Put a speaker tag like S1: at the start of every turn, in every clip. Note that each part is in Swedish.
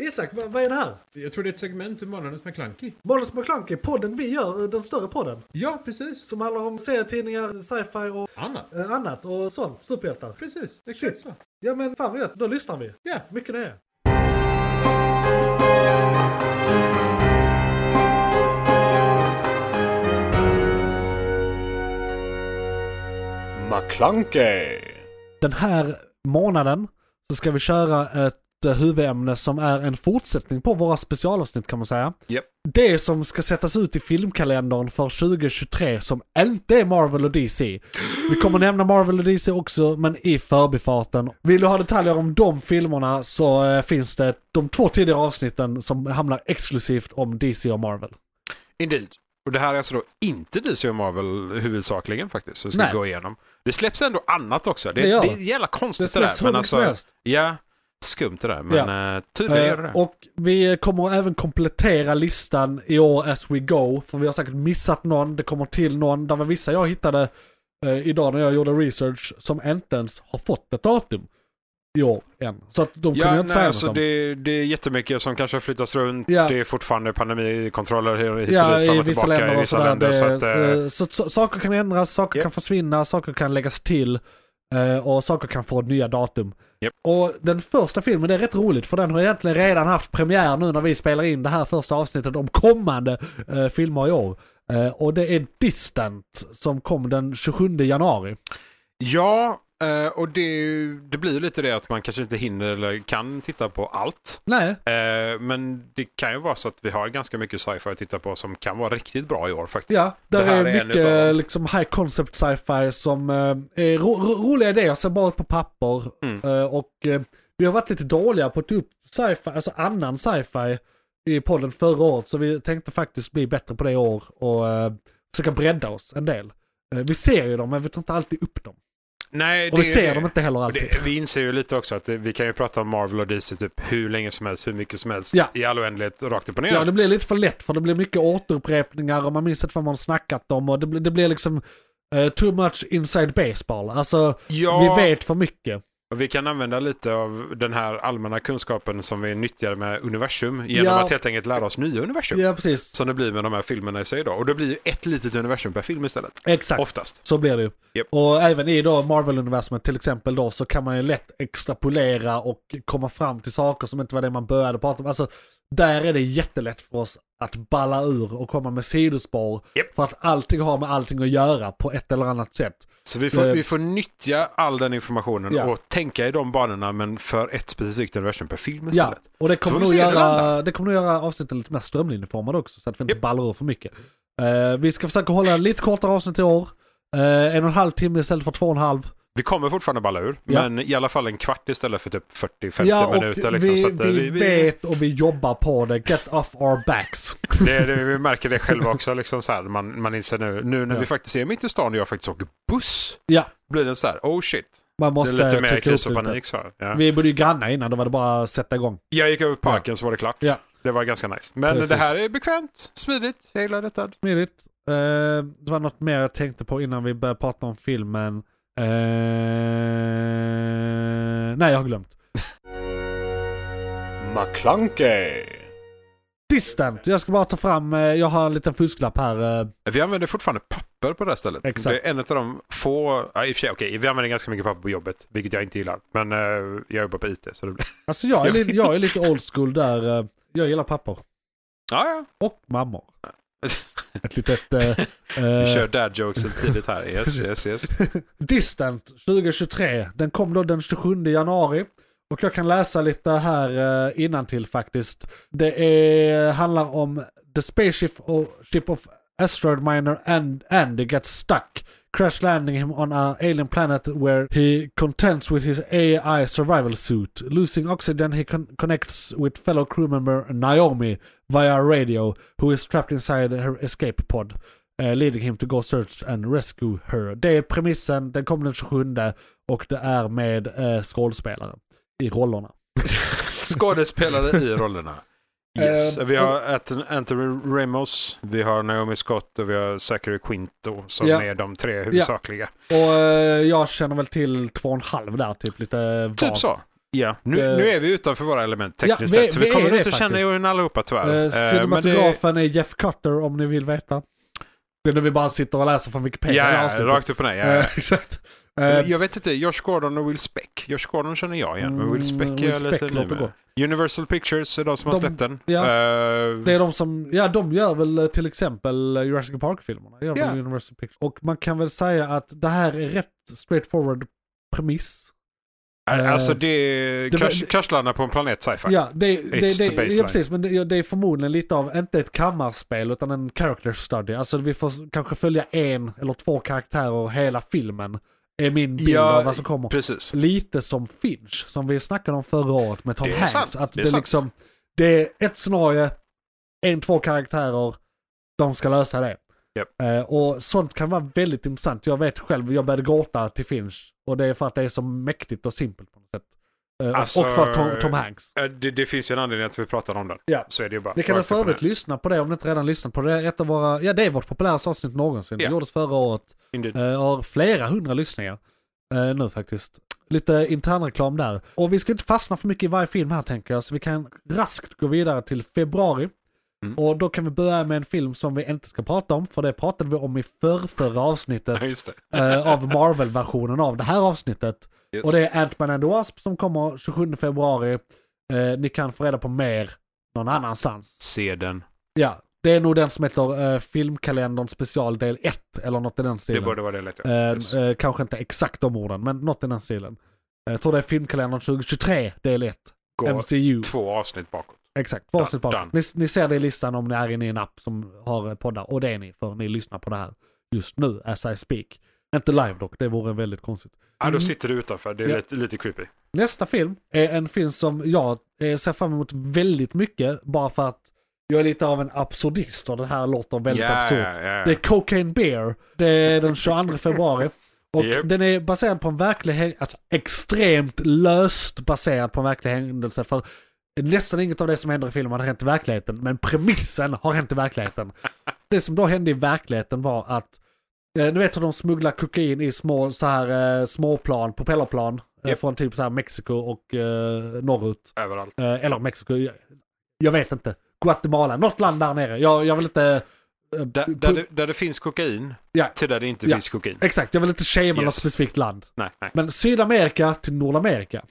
S1: Isak, vad, vad är det här?
S2: Jag tror det är ett segment ur Månadens McKlunky.
S1: Måns McClunky, podden vi gör, den större podden.
S2: Ja, precis.
S1: Som handlar om serietidningar, sci-fi och
S2: Annat.
S1: eh, annat och sånt. Superhjältar.
S2: Precis, exakt
S1: Shit.
S2: så.
S1: Ja men fan vad gött, då lyssnar vi.
S2: Ja.
S1: Mycket det är.
S3: McClunkey!
S1: Den här månaden så ska vi köra ett eh, huvudämne som är en fortsättning på våra specialavsnitt kan man säga.
S3: Japp.
S1: Det som ska sättas ut i filmkalendern för 2023 som inte är Marvel och DC. Vi kommer nämna Marvel och DC också men i förbifarten. Vill du ha detaljer om de filmerna så eh, finns det de två tidigare avsnitten som hamnar exklusivt om DC och Marvel.
S3: Indeed. Och det här är alltså då inte DC och Marvel huvudsakligen faktiskt som vi ska
S1: Nej.
S3: gå igenom. Det släpps ändå annat också. Det,
S1: Det
S3: det,
S1: gör det.
S3: är jävla konstigt
S1: Det
S3: det,
S1: släpps
S3: där.
S1: hur
S3: Men
S1: mycket som
S3: alltså,
S1: helst.
S3: ja, skumt det där. Men eh, tydligen gör det
S1: Eh,
S3: det.
S1: och vi kommer även komplettera listan i år as we go. För vi har säkert missat någon, det kommer till någon. Där var vissa jag hittade eh, idag när jag gjorde research som inte ens har fått ett datum i år än. Så att de kunde
S3: Ja,
S1: jag inte
S3: nej,
S1: säga
S3: alltså
S1: något om.
S3: det, det är jättemycket som kanske flyttas runt.
S1: Ja.
S3: Det är fortfarande pandemikontroller hit och dit,
S1: Ja,
S3: fram
S1: i
S3: och
S1: vissa
S3: tillbaka
S1: länder
S3: i
S1: och
S3: vissa
S1: sådär.
S3: länder.
S1: det,
S3: Så att, eh,
S1: eh, så, att så, saker kan ändras, saker
S3: Japp.
S1: kan försvinna, saker kan läggas till eh, och saker kan få nya datum.
S3: Japp.
S1: Och den första filmen, det är rätt roligt för den har egentligen redan haft premiär nu när vi spelar in det här första avsnittet om kommande eh, filmer i år. Eh, och det är Distant som kom den 27 januari.
S3: ja, eh, och det, är ju- det blir ju lite det att man kanske inte hinner eller kan titta på allt.
S1: Nej,
S3: Eh, Men det kan ju vara så att vi har ganska mycket sci-fi att titta på som kan vara riktigt bra i år faktiskt.
S1: ja, där
S3: Det här
S1: är,
S3: är en utav
S1: mycket
S3: dem.
S1: liksom high concept sci-fi som eh, är ro ro roliga idéer, ser bara ut på papper.
S3: Mm.
S1: Eh, och eh, vi har varit lite dåliga på att ta upp sci-fi, alltså annan sci-fi i podden förra året. Så vi tänkte faktiskt bli bättre på det i år och eh, försöka bredda oss en del. Eh, vi ser ju dem men vi tar inte alltid upp dem.
S3: Nej,
S1: Och vi
S3: det-
S1: ser
S3: det-
S1: dem inte heller
S3: och
S1: alltid.
S3: det, vi inser ju lite också att det, vi kan ju prata om Marvel och DC typ hur länge som helst, hur mycket som helst,
S1: Ja.
S3: i all oändlighet, rakt upp och ner.
S1: Ja, det blir lite för lätt för det blir mycket återupprepningar och man minns inte vad man snackat om och det, blir- det blir liksom eh, too much inside baseball. Alltså,
S3: Ja,
S1: vi vet för mycket.
S3: och vi kan använda lite av den här allmänna kunskapen som vi nyttjar med universum genom
S1: Ja.
S3: att helt enkelt lära oss nya universum.
S1: Ja, precis.
S3: Som det blir med de här filmerna i sig då. Och det blir ju ett litet universum per film istället.
S1: Exakt.
S3: Oftast.
S1: Så blir det ju.
S3: Japp.
S1: Och även i då Marvel-universumet till exempel då så kan man ju lätt extrapolera och komma fram till saker som inte var det man började prata om. Alltså, där är det jättelätt för oss att balla ur och komma med sidospår.
S3: Japp.
S1: För att allting har med allting att göra på ett eller annat sätt.
S3: Så vi får,
S1: Eh,
S3: vi får nyttja all den informationen
S1: Ja.
S3: och tänka i de banorna men för ett specifikt universum per film
S1: Ja,
S3: istället.
S1: och det
S3: Så
S1: kommer, nog
S3: får vi se hur det
S1: göra,
S3: landar.
S1: det kommer nog göra avsnitten lite mer strömlinjeformade också så att vi inte
S3: Japp.
S1: ballar ur för mycket. Eh, vi ska försöka hålla lite kortare avsnitt i år. Eh, en och en halv timme istället för två och en halv.
S3: Vi kommer fortfarande balla ur,
S1: Ja.
S3: men i alla fall en kvart istället för typ 40-50
S1: ja, och
S3: minuter. Liksom,
S1: vi,
S3: så att, eh,
S1: vi, vet och vi jobbar på det. Get off our backs.
S3: det, det, vi märker det själva också, liksom, så här, man, man inser nu, nu när
S1: Ja.
S3: vi faktiskt är mitt i stan och jag faktiskt åker buss,
S1: ja,
S3: blir det så här, oh shit.
S1: man måste
S3: det är lite mer
S1: trycka upp
S3: kris
S1: det
S3: och
S1: lite.
S3: panik. Så här. Ja.
S1: Vi bodde ju grannar innan, då var det bara att sätta igång.
S3: Jag gick över parken så var det klart.
S1: Ja.
S3: Det var ganska nice. Men
S1: Precis.
S3: det här är bekvämt, smidigt, jag gillar detta.
S1: Smidigt. Eh, det var något mer jag tänkte på innan vi började prata om filmen. Eh, nej, jag har glömt.
S3: McClunkey.
S1: Distant, jag ska bara ta fram, eh, jag har en liten fusklapp här. eh,
S3: Vi använder fortfarande papper på det här stället.
S1: Exakt.
S3: Det är en av de få, ja, i och för sig, okej, vi använder ganska mycket papper på jobbet, vilket jag inte gillar. Men eh, jag jobbar på IT, så det blir...
S1: Alltså jag är, li- jag är lite old school där, eh, jag gillar papper.
S3: Ja, ja.
S1: Och mammor. Ett litet... eh,
S3: Vi
S1: eh,
S3: kör dad jokesen tidigt här. Yes, yes, yes.
S1: Distant 2023. Den kom då den 27 januari. Och jag kan läsa lite här eh, innantill faktiskt. Det är, handlar om The Spaceship of, ship of Asteroid Miner and Andy gets stuck. Crash landing him on a alien planet where he contends with his AI survival suit. Losing oxygen he con connects with fellow crew member Naomi via radio who is trapped inside her escape pod eh, leading him to go search and rescue her. Det är premissen, den kom den 27 och det är med eh, skådespelare i rollerna.
S3: Skådespelare i rollerna.
S1: Eh,
S3: Yes. Vi har Ant- Anthony Ramos, vi har Naomi Scott och vi har Zachary Quinto som
S1: Ja.
S3: är de tre huvudsakliga.
S1: Och eh, jag känner väl till två och en halv där, typ lite vagt.
S3: Typ så. Ja, nu,
S1: Eh,
S3: nu är vi utanför våra element
S1: ja,
S3: tekniskt
S1: vi-
S3: sett. Så
S1: vi
S3: vi
S1: är
S3: kommer
S1: det
S3: inte att känna
S1: faktiskt.
S3: igen allihopa tyvärr.
S1: Eh,
S3: Eh, men det,
S1: cinematografen är Jeff Cutter om ni vill veta. Det är när vi bara sitter och läser från
S3: ja,
S1: Wikipedia i
S3: ja,
S1: avsnittet.
S3: rakt upp och ner. Ja,
S1: Eh,
S3: ja.
S1: Exakt.
S3: Eller,
S1: Eh,
S3: Jag vet inte, Josh Gordon och Will Speck. Josh Gordon känner jag igen, men Will
S1: Mm,
S3: Speck är
S1: Will
S3: jag
S1: Speck
S3: lite ny
S1: låter
S3: med. Universal Pictures är de som har
S1: De-
S3: släppt den.
S1: ja.
S3: Eh,
S1: Det är de som, ja de gör väl eh, till exempel eh, Jurassic Park-filmerna. Gör
S3: Ja.
S1: väl Universal Pictures. Och man kan väl säga att det här är rätt straightforward premiss. eh,
S3: alltså det
S1: det var-
S3: krasch- kraschlandar på en planet sci-fi.
S1: Ja, det, det,
S3: It's the
S1: det,
S3: baseline.
S1: ja, precis. Men det, ja, det är förmodligen lite av, inte ett kammarspel, utan en character study. Alltså vi får s- kanske följa en eller två karaktärer hela filmen. Är min bild
S3: Ja,
S1: av vad som kommer.
S3: Precis.
S1: Lite som Finch, som vi snackade om förra året med Tom
S3: Det är
S1: Hanks.
S3: sant,
S1: Att
S3: det
S1: det,
S3: är
S1: är
S3: sant.
S1: liksom, det är ett scenario, en, två karaktärer, de ska lösa det.
S3: Japp.
S1: Eh, och sånt kan vara väldigt intressant. Jag vet själv, jag började gråta till Finch. Och det är för att det är så mäktigt och simpelt på något sätt. Eh, och-
S3: Alltså-
S1: och för Tom, Tom Hanks.
S3: Eh, Det, det finns ju en anledning att vi pratar om den.
S1: Ja.
S3: Så är det ju bara.
S1: Ni kan väl
S3: Rakt upp
S1: för
S3: och
S1: övrigt
S3: ner.
S1: lyssna på det om ni inte redan lyssnat på det. det. är Ett av våra, ja det är vårt populäraste avsnitt någonsin.
S3: Ja.
S1: Det gjordes förra året.
S3: Indeed.
S1: Eh, har flera hundra lyssningar eh, nu faktiskt. Lite internreklam där. Och vi ska inte fastna för mycket i varje film här tänker jag, så vi kan raskt gå vidare till februari.
S3: Mm.
S1: Och då kan vi börja med en film som vi inte ska prata om, för det pratade vi om i förrförra avsnittet
S3: Ja, just det.
S1: eh, av Marvel-versionen av det här avsnittet.
S3: Yes.
S1: Och det är Ant-Man and the Wasp som kommer 27 februari. Eh, ni kan få reda på mer någon annanstans.
S3: Se den.
S1: Ja, det är nog den som heter eh, Filmkalendern special del 1 eller något i den
S3: Det
S1: stilen.
S3: borde vara det lätt. ja.
S1: Eh,
S3: Yes.
S1: eh, kanske inte exakt de orden, men något i den stilen. Eh, Jag tror det är Filmkalendern 2023 del 1.
S3: Gå
S1: MCU.
S3: två avsnitt bakåt.
S1: Exakt, varsitt
S3: Done,
S1: par. Ni, ni ser det i listan om ni är inne i en app som har eh, poddar. Och det är ni, för ni lyssnar på det här just nu, as I speak. Inte live dock, det vore väldigt konstigt.
S3: Ja, då sitter du utanför. Det är
S1: Mm. Ja.
S3: lite, lite creepy.
S1: Nästa film är en film som jag eh, ser fram emot väldigt mycket bara för att jag är lite av en absurdist och det här låter väldigt
S3: Ja,
S1: absurt.
S3: ja, ja.
S1: Det är Cocaine Bear. Det är den 22 februari. Och
S3: Japp.
S1: den är baserad på en verklig händelse, alltså extremt löst baserad på en verklig händelse. För nästan inget av det som händer i filmen har hänt i verkligheten, men premissen har hänt i verkligheten. Det som då hände i verkligheten var att, eh, du vet hur de smugglar kokain i små, så här, eh, småplan, propellerplan, eh,
S3: Japp.
S1: från typ så här Mexiko och eh, norrut.
S3: Överallt.
S1: Eh, eller Mexiko, jag, jag vet inte. Guatemala, något land där nere. Jag, jag vill inte... eh,
S3: Där, där, det, där det finns kokain
S1: Ja.
S3: till där det inte
S1: Ja.
S3: finns kokain.
S1: Exakt, jag vill inte shamea något
S3: Yes.
S1: specifikt land.
S3: Nej, nej.
S1: Men Sydamerika till Nordamerika.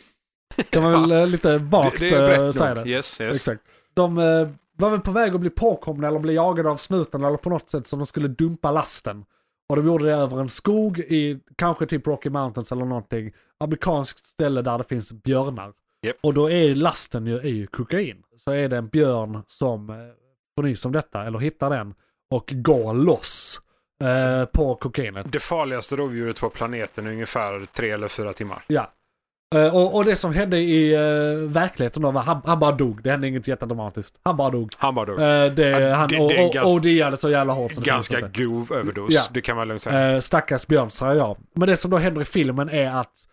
S1: Kan man väl eh, lite vagt
S3: det, det är brett
S1: eh,
S3: nog.
S1: säga det.
S3: Yes, yes.
S1: Exakt. De eh, var väl på väg att bli påkomna eller bli jagade av snuten eller på något sätt som de skulle dumpa lasten. Och de gjorde det över en skog i kanske typ Rocky Mountains eller någonting. Amerikanskt ställe där det finns björnar.
S3: Japp.
S1: Och då är lasten ju, är ju kokain. Så är det en björn som eh, får nys om detta eller hittar den och går loss eh, på kokainet.
S3: Det farligaste rovdjuret på planeten är ungefär tre eller fyra timmar.
S1: Ja. Eh, och, och det som hände i eh, verkligheten då var han, han bara dog. Det hände inget jättedramatiskt. Han bara dog.
S3: Han bara dog.
S1: Eh, det, han
S3: det-
S1: och,
S3: det är
S1: och,
S3: ganska-
S1: och det gällde så jävla hårt så det
S3: Ganska
S1: finns inte.
S3: grov överdos,
S1: Ja.
S3: det kan man lugnt säga.
S1: Eh, stackars Björn, säger jag. Men det som då händer i filmen är att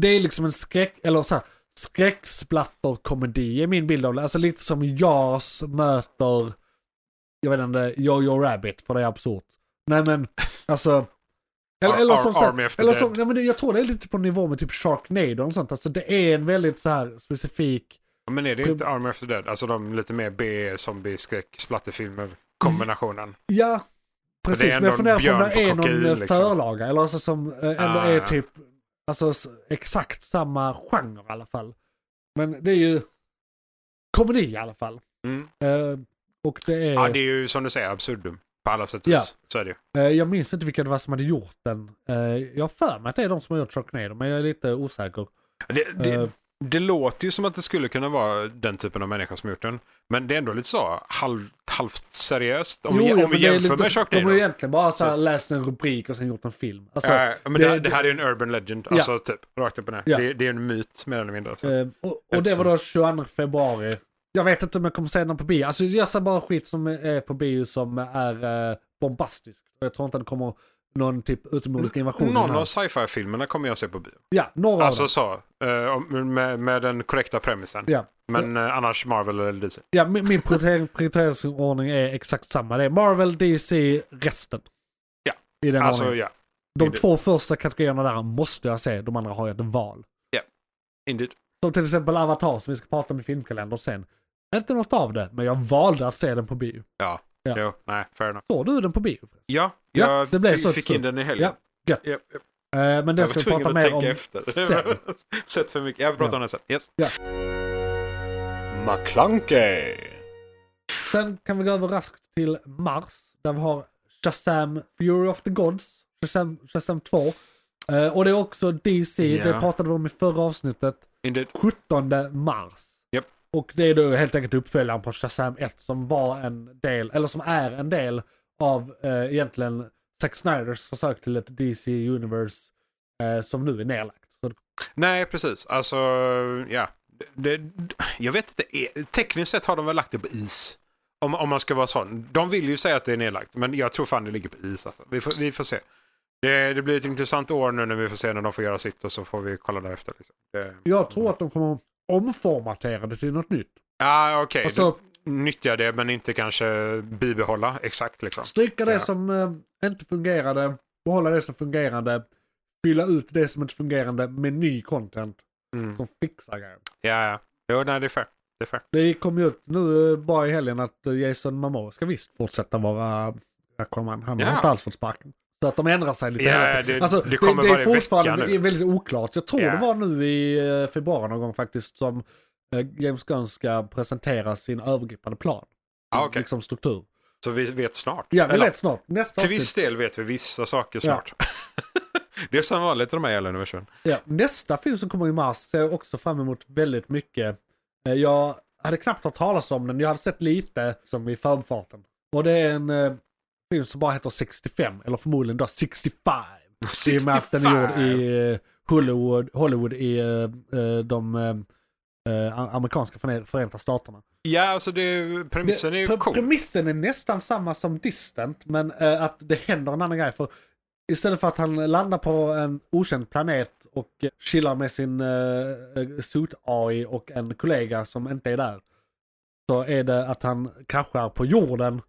S1: det är liksom en skräck, eller så här, skräcksplatterkomedi är min bild av det. Alltså lite som Jaws möter, jag vet inte, Jojo Rabbit, för det är absurt. Nej men, alltså. Eller,
S3: Ar-
S1: eller
S3: ar-
S1: som, så här,
S3: Army After
S1: eller
S3: Dead.
S1: som nej, men det, jag tror det är lite på nivå med typ Sharknado och sånt. Alltså det är en väldigt så här specifik,
S3: Men är det inte Army After Dead? Alltså de lite mer B-zombie-skräck-splatterfilmer, kombinationen.
S1: ja,
S3: det är
S1: precis. Men
S3: ändå
S1: jag
S3: en
S1: funderar på om
S3: björn
S1: det
S3: på
S1: är någon
S3: kokain,
S1: eh,
S3: liksom.
S1: förlaga, eller alltså som eh, ändå
S3: Ah.
S1: är typ, alltså s- exakt samma genre i alla fall. Men det är ju komedi i alla fall.
S3: Mm.
S1: Eh, och det är,
S3: Ja, det är ju som du säger, absurdum. På alla sätt och
S1: Eh. Ja.
S3: vis. Så är det ju.
S1: eh, jag minns inte vilka det var som hade gjort den. Eh, jag har för mig att det är de som har gjort Sharknado, men jag är lite osäker.
S3: Det, det,
S1: Eh.
S3: det låter ju som att det skulle kunna vara den typen av människa som gjort den. Men det är ändå lite så halvt, halvt seriöst. Om vi, om vi
S1: men det är
S3: jämför
S1: lite-
S3: med
S1: De har
S3: Sharknado.
S1: ju egentligen bara så här, läst en rubrik och sen gjort en film. Alltså,
S3: Ja, men det,
S1: det-
S3: det, här är ju en urban legend. Alltså typ, rakt upp och ner.
S1: Ja.
S3: Det, det är en myt mer eller mindre. alltså. Så.
S1: Eh, och, och det var då 22 februari. Jag vet inte om jag kommer se den på bio. Alltså jag ser bara skit som är på bio som är eh, bombastisk. Och jag tror inte det kommer någon typ utomjordisk invasion.
S3: Någon
S1: här.
S3: av sci-fi-filmerna kommer jag se på bio.
S1: Ja, några av
S3: Alltså
S1: dem.
S3: så, eh, om- med, med den korrekta premissen.
S1: Ja.
S3: Men eh, annars Marvel eller DC.
S1: Ja, min min prioritering, prioriteringsordning är exakt samma. Det är Marvel, DC, resten.
S3: Ja.
S1: I den
S3: Alltså
S1: ordningen.
S3: ja,
S1: De
S3: indeed.
S1: två första kategorierna där måste jag se, de andra har jag ett val.
S3: indeed.
S1: Som till exempel Avatar som vi ska prata om i filmkalendern sen. Inte något av det, men jag valde att se den på bio.
S3: Ja.
S1: Ja.
S3: Jo, nej, fair enough.
S1: Såg du den på bio?
S3: Ja,
S1: Ja,
S3: jag
S1: det blev
S3: fi-
S1: så ett
S3: fick
S1: stund.
S3: in den i helgen.
S1: Ja, gött.
S3: Japp, japp.
S1: Eh, Men den
S3: Jag var
S1: ska vi prata
S3: tvungen att
S1: mer
S3: tänka
S1: om sen.
S3: efter. Sett för mycket. Jag vill prata
S1: Ja.
S3: om det sen. Yes.
S4: McClunkey.
S1: Sen kan vi gå över raskt till Mars, där vi har Shazam Fury of the Gods, Shazam, Shazam 2. Eh, och det är också DC, det
S3: Ja.
S1: pratade vi om i förra avsnittet,
S3: Indeed.
S1: 17 mars.
S3: Japp.
S1: Och det är då helt enkelt uppföljaren på Shazam 1 som var en del, eller som är en del av eh, egentligen Zack Snyders försök till ett DC Universe eh, som nu är nedlagt. Så,
S3: Nej, precis. Alltså, ja. Det, det, jag vet inte. E- Tekniskt sett har de väl lagt det på is. Om, om man ska vara sån. De vill ju säga att det är nedlagt, men jag tror fan det ligger på is. Alltså. Vi, får, vi får se. Det, det blir ett intressant år nu när vi får se när de får göra sitt och så får vi kolla därefter. Liksom. Det,
S1: jag tror att de kommer omformatera det till något nytt.
S3: ja, Ah, okej.
S1: Och så-
S3: Du Nyttja det, men inte kanske bibehålla exakt liksom.
S1: Stryka det
S3: Ja.
S1: som eh, inte fungerade, behålla det som fungerande, fylla ut det som inte fungerande med ny content
S3: Mm.
S1: som fixar grejen.
S3: Ja, ja. Jo, nej, det är fair. Det är fair.
S1: Det kom ju ut nu eh, bara i helgen att eh, Jason Momoa ska visst fortsätta vara Aquaman. Han har
S3: Ja.
S1: inte alls fått sparken. Så att de ändrar sig lite
S3: Ja,
S1: hela tiden. Alltså,
S3: det- det kommer
S1: det är
S3: varje vecka
S1: fortfarande
S3: nu.
S1: väldigt oklart. Jag tror
S3: Ja.
S1: det var nu i eh, februari någon gång faktiskt som eh, James Gunn ska presentera sin övergripande plan.
S3: Ja, Ah, okej.
S1: Liksom struktur.
S3: Så vi vet snart.
S1: Ja, vi
S3: Eller-
S1: vet snart. Nästa
S3: Till
S1: avsnitt.
S3: viss del vet vi vissa saker
S1: Ja.
S3: snart. det är som vanligt i de här jävla universum.
S1: Ja, nästa film som kommer i mars ser jag också fram emot väldigt mycket. Eh, Jag hade knappt hört talas om den, jag hade sett lite som i förbifarten. Och det är en eh, film som bara heter 65, eller förmodligen då 65. I och med att den är gjord i eh, Hollywood, Hollywood i eh, eh, de eh, eh, amerikanska förne- Förenta Staterna.
S3: Ja, alltså det, är- premissen är ju
S1: Pre-
S3: cool.
S1: Premissen är nästan samma som Distant, men eh, att det händer en annan grej. För istället för att han landar på en okänd planet och eh, chillar med sin uh, suit-AI och en kollega som inte är där. Så är det att han kraschar på jorden,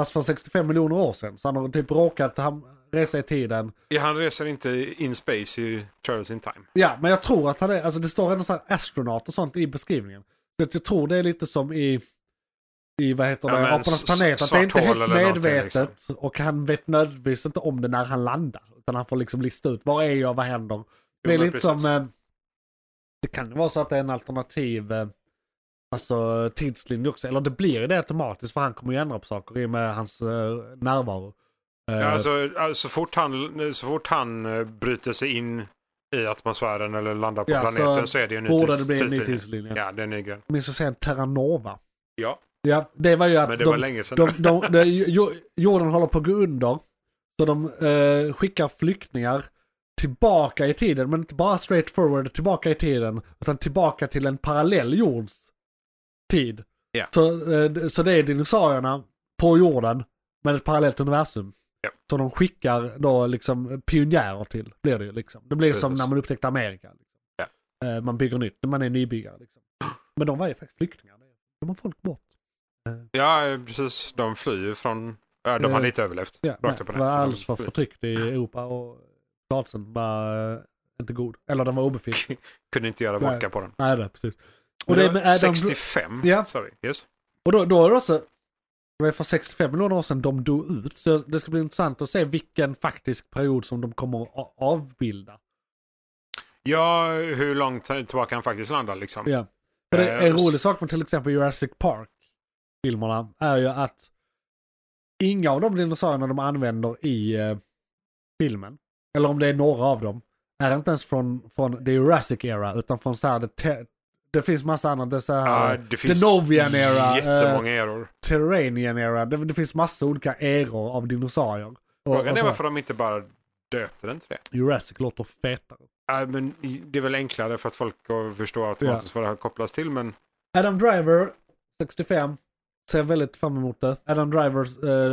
S1: fast för 65 miljoner år sedan. Så han har typ råkat ham- resa i tiden.
S3: Ja, han reser inte in space i Travels in Time.
S1: Ja, men jag tror att han är, alltså det står ändå så här astronaut och sånt i beskrivningen. Så att jag tror det är lite som i, i vad heter
S3: Ja,
S1: det,
S3: men
S1: Apornas
S3: s-
S1: planet, att det är inte
S3: svart hål
S1: helt
S3: eller någonting, liksom.
S1: medvetet. Och han vet nödvändigtvis inte om det när han landar. Utan han får liksom lista ut, var är jag, vad händer? Det är
S3: men
S1: lite
S3: precis.
S1: som, eh, det kan ju vara så att det är en alternativ eh, alltså, tidslinje också. Eller det blir ju det automatiskt för han kommer ju ändra på saker i och med hans eh, närvaro. Eh,
S3: Ja, alltså, alltså, så, fort han, så fort han eh, bryter sig in i atmosfären eller landar på
S1: Ja, så
S3: planeten så, är det ju en ny
S1: Borde det
S3: tids-
S1: bli en ny
S3: tidslinje.
S1: tidslinje?
S3: Ja, det är en ny grej.
S1: Jag minns att säga en Terranova.
S3: Ja,
S1: Ja, det var ju att
S3: men det
S1: de,
S3: var länge sedan.
S1: de, de, de, jo- jorden håller på att gå under. Så de eh, skickar flyktingar tillbaka i tiden, men inte bara straight forward tillbaka i tiden, utan tillbaka till en parallell jords tid.
S3: Ja.
S1: Så, eh, d- så det är dinosaurierna på jorden, men ett parallellt universum.
S3: Ja.
S1: Så de skickar då liksom pionjärer till, blir det ju liksom. Det blir som
S3: Precis.
S1: när man upptäckte Amerika. Liksom. Eh, man bygger nytt, man är nybyggare liksom. Men de var ju faktiskt flyktingar, de har folk bort.
S3: Ja, precis. De flyr ju från... Ja, de
S1: Eh,
S3: hade inte överlevt.
S1: Ja,
S3: Rakt upp och
S1: nej,
S3: ner.
S1: var
S3: De
S1: alls var
S3: flyr.
S1: förtryckt i Europa och statelsen var eh, inte god. Eller den var obefintlig.
S3: Kunde inte göra
S1: Nej.
S3: vodka på den.
S1: Nej, det, precis. Och,
S3: Och
S1: det
S3: det
S1: är med Adam,
S3: 65,
S1: Ja.
S3: sorry. Yes.
S1: och då, då är det också, det var för 65 miljoner år sedan de dog ut. Så det ska bli intressant att se vilken faktisk period som de kommer att a- avbilda.
S3: Ja, hur långt tillbaka han faktiskt landar liksom.
S1: Ja. För det är en
S3: Eh,
S1: rolig sak med till exempel Jurassic Park-filmerna är ju att inga av de dinosaurierna de använder i eh, filmen, eller om det är några av dem, är inte ens från, från the Jurassic era, utan från så här, det, te- det finns massa annat, det är så här,
S3: Ja, det finns
S1: Denovian era,
S3: jättemånga eror.
S1: Terranian era, det, det finns massa olika eror av dinosaurier. Och,
S3: Frågan
S1: och
S3: är
S1: så här,
S3: varför de inte bara döpte den till det.
S1: Jurassic låter fetare.
S3: Ja, men det är väl enklare för att folk ska förstå automatiskt vad det här kopplas till. Men
S1: Adam Driver, 65, ser väldigt fram emot det. Adam Driver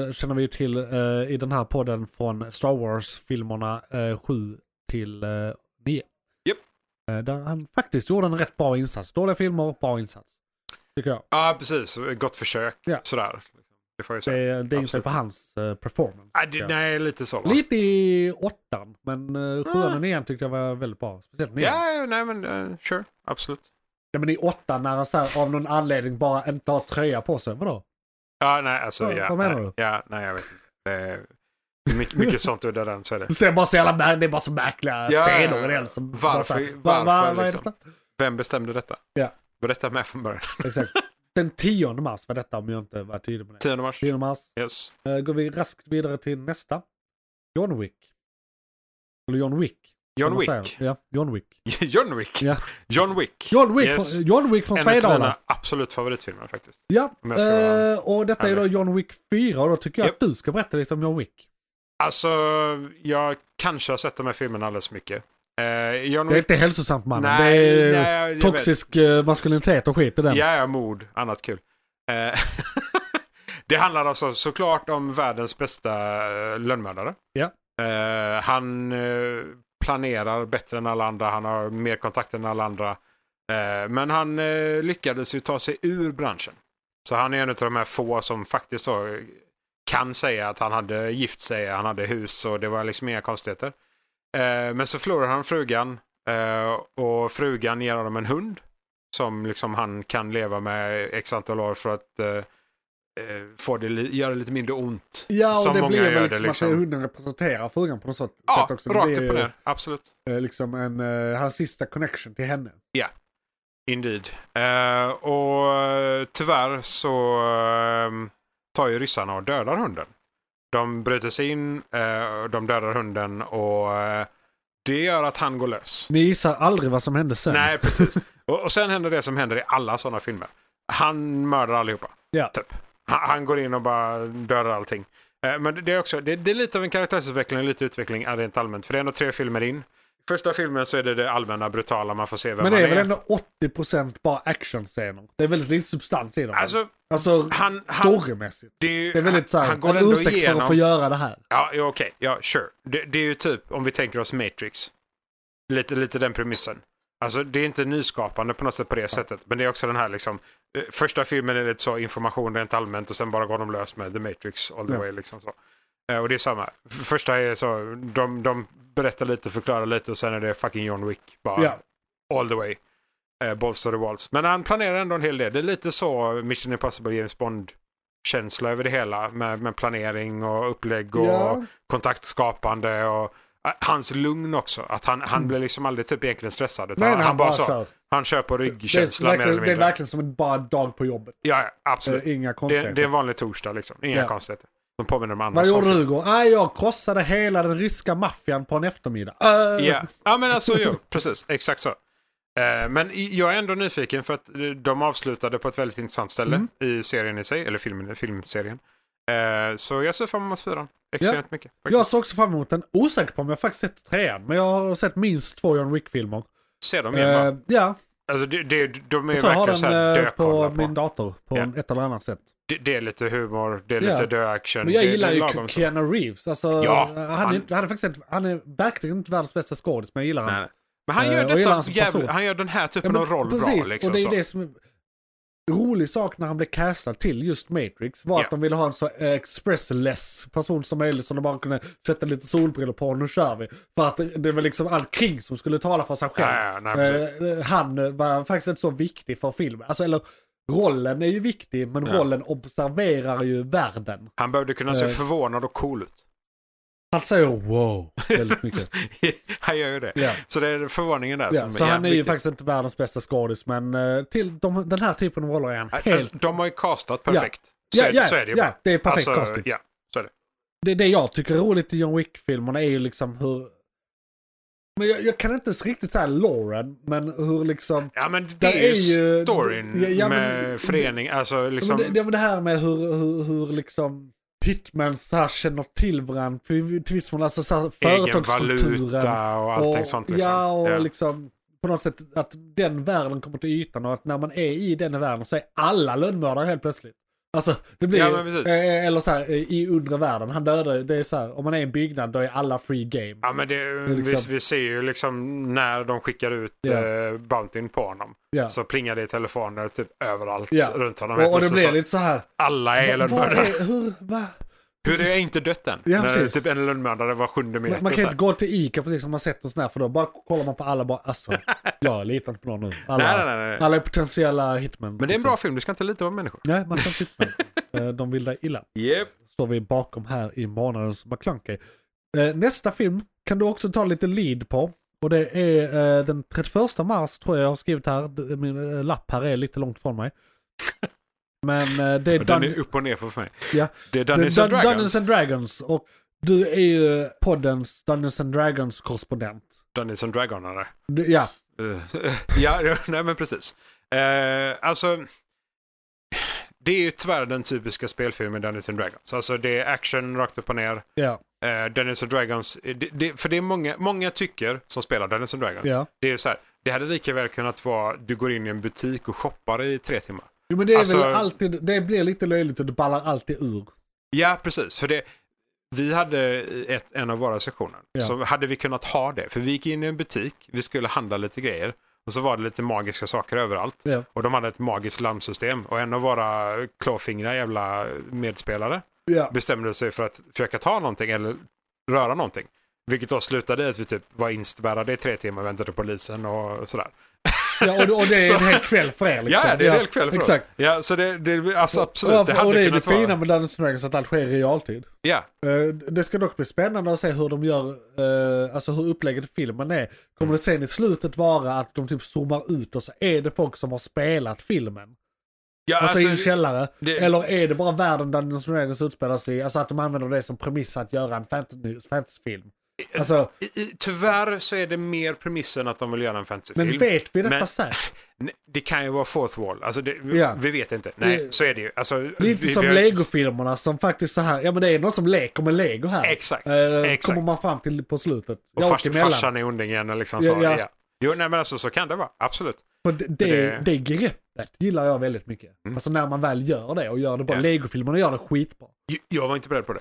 S1: eh, känner vi ju till eh, i den här podden från Star Wars-filmerna eh, 7 till eh, 9.
S3: Japp.
S1: Eh, där han faktiskt gjorde en rätt bra insats. Dåliga filmer, bra insats. Tycker jag.
S3: ja, precis. Gott försök.
S1: Ja.
S3: Sådär. Det får jag ju
S1: Det,
S3: säga.
S1: är- det är inte
S3: absolut.
S1: på hans eh, performance.
S3: Ja, det,
S1: tycker jag.
S3: Nej, lite så. va?
S1: Lite i åttan, men eh, sjuan och nian tyckte jag var väldigt bra. Speciellt nian.
S3: Ja, ja, nej men eh, sure. absolut.
S1: Ja men i åtta när han så här, av någon anledning bara inte har tröja på sig. Vadå?
S3: Ja, nej, alltså,
S1: Ja,
S3: ja,
S1: vad menar
S3: nej,
S1: du?
S3: Ja, nej, jag vet inte. Det är mycket, mycket sånt udda den, så är det.
S1: Det är bara så jävla, mär- det är bara så märkliga
S3: Ja,
S1: scener med
S3: ja, ja.
S1: den. Som
S3: Varför-
S1: bara så här,
S3: varför
S1: vad är
S3: liksom?
S1: detta?
S3: Vem bestämde detta?
S1: Ja.
S3: Var detta med från början?
S1: Exakt. Den 10 mars var detta om jag inte var tydlig med det.
S3: 10 mars?
S1: 10 mars.
S3: Yes.
S1: Eh, går vi raskt vidare till nästa. John Wick. Eller John Wick. som
S3: John
S1: man säger.
S3: Wick.
S1: Ja, John Wick.
S3: John Wick.
S1: Ja.
S3: John Wick.
S1: John Wick,
S3: Yes.
S1: från, John Wick från
S3: en av mina
S1: Svedala.
S3: absolut favoritfilmer faktiskt.
S1: Ja,
S3: om jag ska vara
S1: eh, och detta är då
S3: ärlig.
S1: John Wick 4 och då tycker jag
S3: Japp.
S1: att du ska berätta lite om John Wick.
S3: Alltså, jag kanske har sett de här filmerna alldeles för mycket. Eh, John
S1: Det är
S3: Wick...
S1: inte hälsosamt mannen.
S3: Nej,
S1: det är
S3: nej, jag vet.
S1: toxisk eh, maskulinitet och skit i den.
S3: Ja, ja, mord, annat kul. Eh, det handlar alltså såklart om världens bästa eh, lönnmördare.
S1: Ja.
S3: Eh, han eh, planerar bättre än alla andra, han har mer kontakter än alla andra. Eh, men han eh, lyckades ju ta sig ur branschen. Så han är en av de här få som faktiskt har, kan säga att han hade gift sig, han hade hus och det var liksom inga konstigheter. Eh, men så förlorar han frugan eh, och frugan ger honom en hund som liksom han kan leva med x antal år för att eh, eh, få det, li- göra det lite mindre ont.
S1: Ja, och
S3: Som
S1: det
S3: många
S1: blir
S3: gör
S1: väl
S3: det,
S1: liksom,
S3: liksom.
S1: att hunden representerar frugan på något sätt.
S3: Ja,
S1: sätt också. Det
S3: rakt
S1: blir
S3: upp och
S1: ju,
S3: ner. Absolut.
S1: eh, Liksom en, eh, hans sista connection till henne.
S3: Indeed. Eh, och eh, tyvärr så ehm, tar ju ryssarna och dödar hunden. De bryter sig in, eh, och de dödar hunden och eh, det gör att han går lös.
S1: Ni gissar aldrig vad som hände sen.
S3: Nej, precis. och, och sen händer det som händer i alla sådana filmer. Han mördar allihopa.
S1: Ja.
S3: Typ. Han, han går in och bara dödar allting. Eh, men det- det är också det, det är lite av en karaktärsutveckling och lite utveckling eh, rent allmänt. För det är ändå tre filmer in. Första filmen så är det det allmänna brutala, man får se vem
S1: Men det är
S3: man
S1: väl ändå 80% bara actionscener. Det är väldigt lite substans i dem.
S3: Alltså,
S1: alltså
S3: han, han,
S1: storymässigt.
S3: Det är, ju,
S1: Det är väldigt såhär,
S3: han går
S1: en
S3: ändå
S1: ursäkt för att
S3: igenom.
S1: få göra det här.
S3: Ja, ja, okej. Ja, sure. Det, det är ju typ, om vi tänker oss Matrix. Lite, lite den premissen. Alltså det är inte nyskapande på något sätt på det sättet. Men det är också den här liksom. eh, Första filmen är lite så information rent allmänt och sen bara går de lös med The Matrix all the
S1: Ja.
S3: way. Liksom så. Eh, Och det är samma. F- Första är så, de, de berättar lite, förklarar lite och sen är det fucking John Wick. Bara
S1: Ja.
S3: all the way. Eh, balls to the walls. Men han planerar ändå en hel del. Det är lite så Mission Impossible James Bond-känsla över det hela. Med, med planering och upplägg och
S1: Ja.
S3: kontaktskapande och eh, hans lugn också. Att han, han blir liksom aldrig typ egentligen stressad.
S1: Mm.
S3: Utan
S1: Nej,
S3: han,
S1: nej,
S3: han bara så,
S1: kör.
S3: han kör på
S1: Det är,
S3: ryggkänsla mer eller
S1: verkligen, det
S3: mindre.
S1: är verkligen som en bara dag på jobbet.
S3: ja, ja, absolut.
S1: Eh, Inga
S3: Det,
S1: konstigheter.
S3: det är en vanlig torsdag liksom. Inga
S1: Ja.
S3: konstigheter. De påminner om andra
S1: Vad gjorde
S3: saker.
S1: du igår? Nej, jag krossade hela den ryska maffian på en eftermiddag. Äh,
S3: Ja, ja men alltså jo, precis. Exakt så. Eh, Men i- jag är ändå nyfiken för att eh, de avslutade på ett väldigt intressant ställe
S1: Mm.
S3: i serien i sig, eller filmen, filmserien. Eh, Så jag ser fram emot fyran extremt mycket. Faktiskt.
S1: Jag såg också fram emot den. Osäker på om jag faktiskt sett trean, men jag har sett minst två John Wick-filmer.
S3: Ser dem igen va?
S1: Eh, ja,
S3: Alltså det, det, de är ju
S1: jag tror jag har
S3: verkligen
S1: den
S3: såhär
S1: eh, på
S3: dökolla på.
S1: min dator på
S3: Ja.
S1: en, ett eller annat sätt.
S3: Det, det är lite humor, det är
S1: Ja.
S3: lite dö-action.
S1: Men jag
S3: det,
S1: gillar
S3: det är
S1: ju
S3: lagom så.
S1: Keanu Reeves. Alltså,
S3: Ja,
S1: han, är,
S3: han-
S1: inte- han, är faktiskt, inte- han är verkligen inte världens bästa skådis, men jag gillar
S3: Nej,
S1: honom.
S3: nej. Men han
S1: Eh,
S3: gör,
S1: och gillar
S3: detta
S1: han som person.
S3: jävla, han gör den här typen
S1: men
S3: av roll
S1: precis,
S3: bra. Liksom,
S1: och det är
S3: så.
S1: det som är rolig sak när han blev castad till just Matrix var
S3: Ja.
S1: att de ville ha en så eh, expressless person som möjligt som de bara kunde sätta lite solbrillor på och nu kör vi. För att det- det var liksom all King som skulle tala för sig själv.
S3: Ja, ja, nej, precis.
S1: Eh, han var faktiskt inte så viktig för filmen. Alltså, eller rollen är ju viktig, men
S3: Ja.
S1: rollen observerar ju världen.
S3: Han behövde kunna se
S1: Eh.
S3: förvånad och cool ut.
S1: Han säger wow väldigt mycket.
S3: han gör ju det.
S1: Ja.
S3: Så det är förvåningen där
S1: Ja,
S3: som
S1: så han är
S3: Alltså, jävligt
S1: ju
S3: viktig.
S1: faktiskt inte världens bästa skådis, men eh, till de, den här typen av roller är han
S3: Alltså,
S1: helt...
S3: de har ju castat perfekt.
S1: Ja,
S3: Så, är-
S1: ja,
S3: så är det ju
S1: ja,
S3: bara.
S1: det är perfekt
S3: Alltså,
S1: casting.
S3: Ja, så är det.
S1: det, det jag tycker är roligt i John Wick-filmerna är ju liksom hur... Men jag, jag kan inte riktigt säga Lauren, men hur liksom...
S3: Ja, men det,
S1: Där
S3: är,
S1: är
S3: ju
S1: ju-
S3: storyn
S1: Ja, ja, men-
S3: med förening. Alltså liksom...
S1: Men det, det, men det här med hur, hur, hur liksom hitmans här känner till varandra, till till viss mån, alltså så här,
S3: Egen
S1: företagskulturen.
S3: valuta och allting sånt. Liksom.
S1: Ja, och liksom på något sätt att den världen kommer till ytan och att när man är i den världen så är alla lönnmördare helt plötsligt. Alltså, det blir
S3: Ja,
S1: ju-
S3: men precis.
S1: eh, eller så här eh, i undre världen, han dödar ju- det är så här, om man är i en byggnad då är alla free game.
S3: Ja, men det,
S1: liksom-
S3: vi, vi ser ju liksom när de skickar ut
S1: Ja.
S3: eh, Bountyn på honom.
S1: Ja.
S3: Så plingar det i telefoner typ överallt
S1: Ja.
S3: runt honom.
S1: Och, och det
S3: Så- så
S1: blir lite så här,
S3: Alla är
S1: vad, vad
S3: lönnmördare.
S1: är, hur, va?
S3: Hur har jag inte dött än?
S1: Ja,
S3: När
S1: precis.
S3: typ en lönnmördare var sjunde meter.
S1: Man, man kan
S3: så
S1: ju
S3: här.
S1: inte gå till Ica precis som man sett en sån här för då bara kollar man på alla bara alltså, jag litar inte på någon nu. Alla,
S3: Nej, nej, nej, nej.
S1: alla är potentiella hitmen. Liksom.
S3: Men det är en bra film, du ska inte lita på människor.
S1: Nej, man ska inte sitta med. Eh, De vill dig illa.
S3: Yep.
S1: Står vi bakom här i månadens McClunkey. Eh, Nästa film kan du också ta lite lead på. Och det är eh, den 31 mars tror jag jag har skrivit här. D- Min eh, lapp här är lite långt från mig. Men eh, det är
S3: Den
S1: Dun-
S3: är upp och ner för mig.
S1: Ja.
S3: Det är
S1: det är
S3: Dungeons
S1: Dun-
S3: and Dragons.
S1: Dungeons and Dragons. Och du är ju poddens Dungeons and Dragons korrespondent.
S3: Dungeons and Dragonare.
S1: Du, ja,
S3: Eh, ja, ja, nej men precis. Eh, alltså, det är ju tyvärr den typiska spelfilmen Dungeons and Dragons. Alltså det är action rakt upp och ner.
S1: ja,
S3: Eh, Dungeons and Dragons, eh, det, det, för det är många, många tycker som spelar Dungeons and Dragons.
S1: ja.
S3: Det är ju så här, det hade lika väl kunnat vara du går in i en butik och shoppar i tre timmar.
S1: Jo men det är
S3: Alltså-
S1: väl alltid, det blir lite löjligt och det ballar alltid ur.
S3: Ja, precis. För det, vi hade ett, en av våra sessioner.
S1: Ja.
S3: Så hade vi kunnat ha det. För vi gick in i en butik, vi skulle handla lite grejer. Och så var det lite magiska saker överallt.
S1: Ja.
S3: Och de hade ett magiskt larmsystem. Och en av våra klåfingriga jävla medspelare
S1: Ja.
S3: bestämde sig för att försöka ta någonting eller röra någonting. Vilket då slutade i att vi typ var inspärrade i tre timmar och väntade på polisen och sådär.
S1: Ja, och, och det är
S3: Så-
S1: en hel kväll för er liksom.
S3: Ja, det är en hel kväll för
S1: exakt.
S3: oss. Ja, så det, det alltså absolut.
S1: och,
S3: det
S1: och
S3: hade
S1: det är det
S3: kunnat
S1: fina
S3: vara...
S1: med Dungeons Dragons att allt sker i realtid.
S3: Ja,
S1: Eh, Det ska dock bli spännande att se hur de gör, eh, alltså hur upplägget i filmen är. Kommer det sen i slutet vara att de typ zoomar ut och så är det folk som har spelat filmen?
S3: ja
S1: Alltså, i en
S3: alltså,
S1: källare?
S3: det-
S1: Eller är det bara världen Dungeons Dragons utspelas i? Alltså att de använder det som premiss att göra en fantasy- fantasyfilm. Alltså,
S3: i, i, tyvärr så är det mer premissen att de vill göra en fantasyfilm.
S1: men vet vi detta
S3: Men-
S1: säkert?
S3: Nej, Det kan ju vara fourth wall. Alltså det,
S1: Ja.
S3: Vi vet inte. Nej,
S1: Det-
S3: så är det ju. Alltså,
S1: Lite
S3: vi,
S1: som
S3: vi har-
S1: Lego-filmerna som faktiskt så här, ja men det är någon som leker med Lego här.
S3: Exakt,
S1: Eh,
S3: exakt.
S1: Kommer man fram till på slutet.
S3: Och
S1: Jag
S3: fars,
S1: åker emellan.
S3: farsan är ondingen liksom
S1: Ja,
S3: sa
S1: ja.
S3: ja. ja. Jo, nej men alltså så kan det vara. Absolut.
S1: För det, det, det...
S3: det- Mm.
S1: greppet gillar jag väldigt mycket. Alltså när man väl gör det och gör det bra.
S3: Ja.
S1: Legofilmerna gör det skitbra.
S3: Jag, jag var inte beredd på det.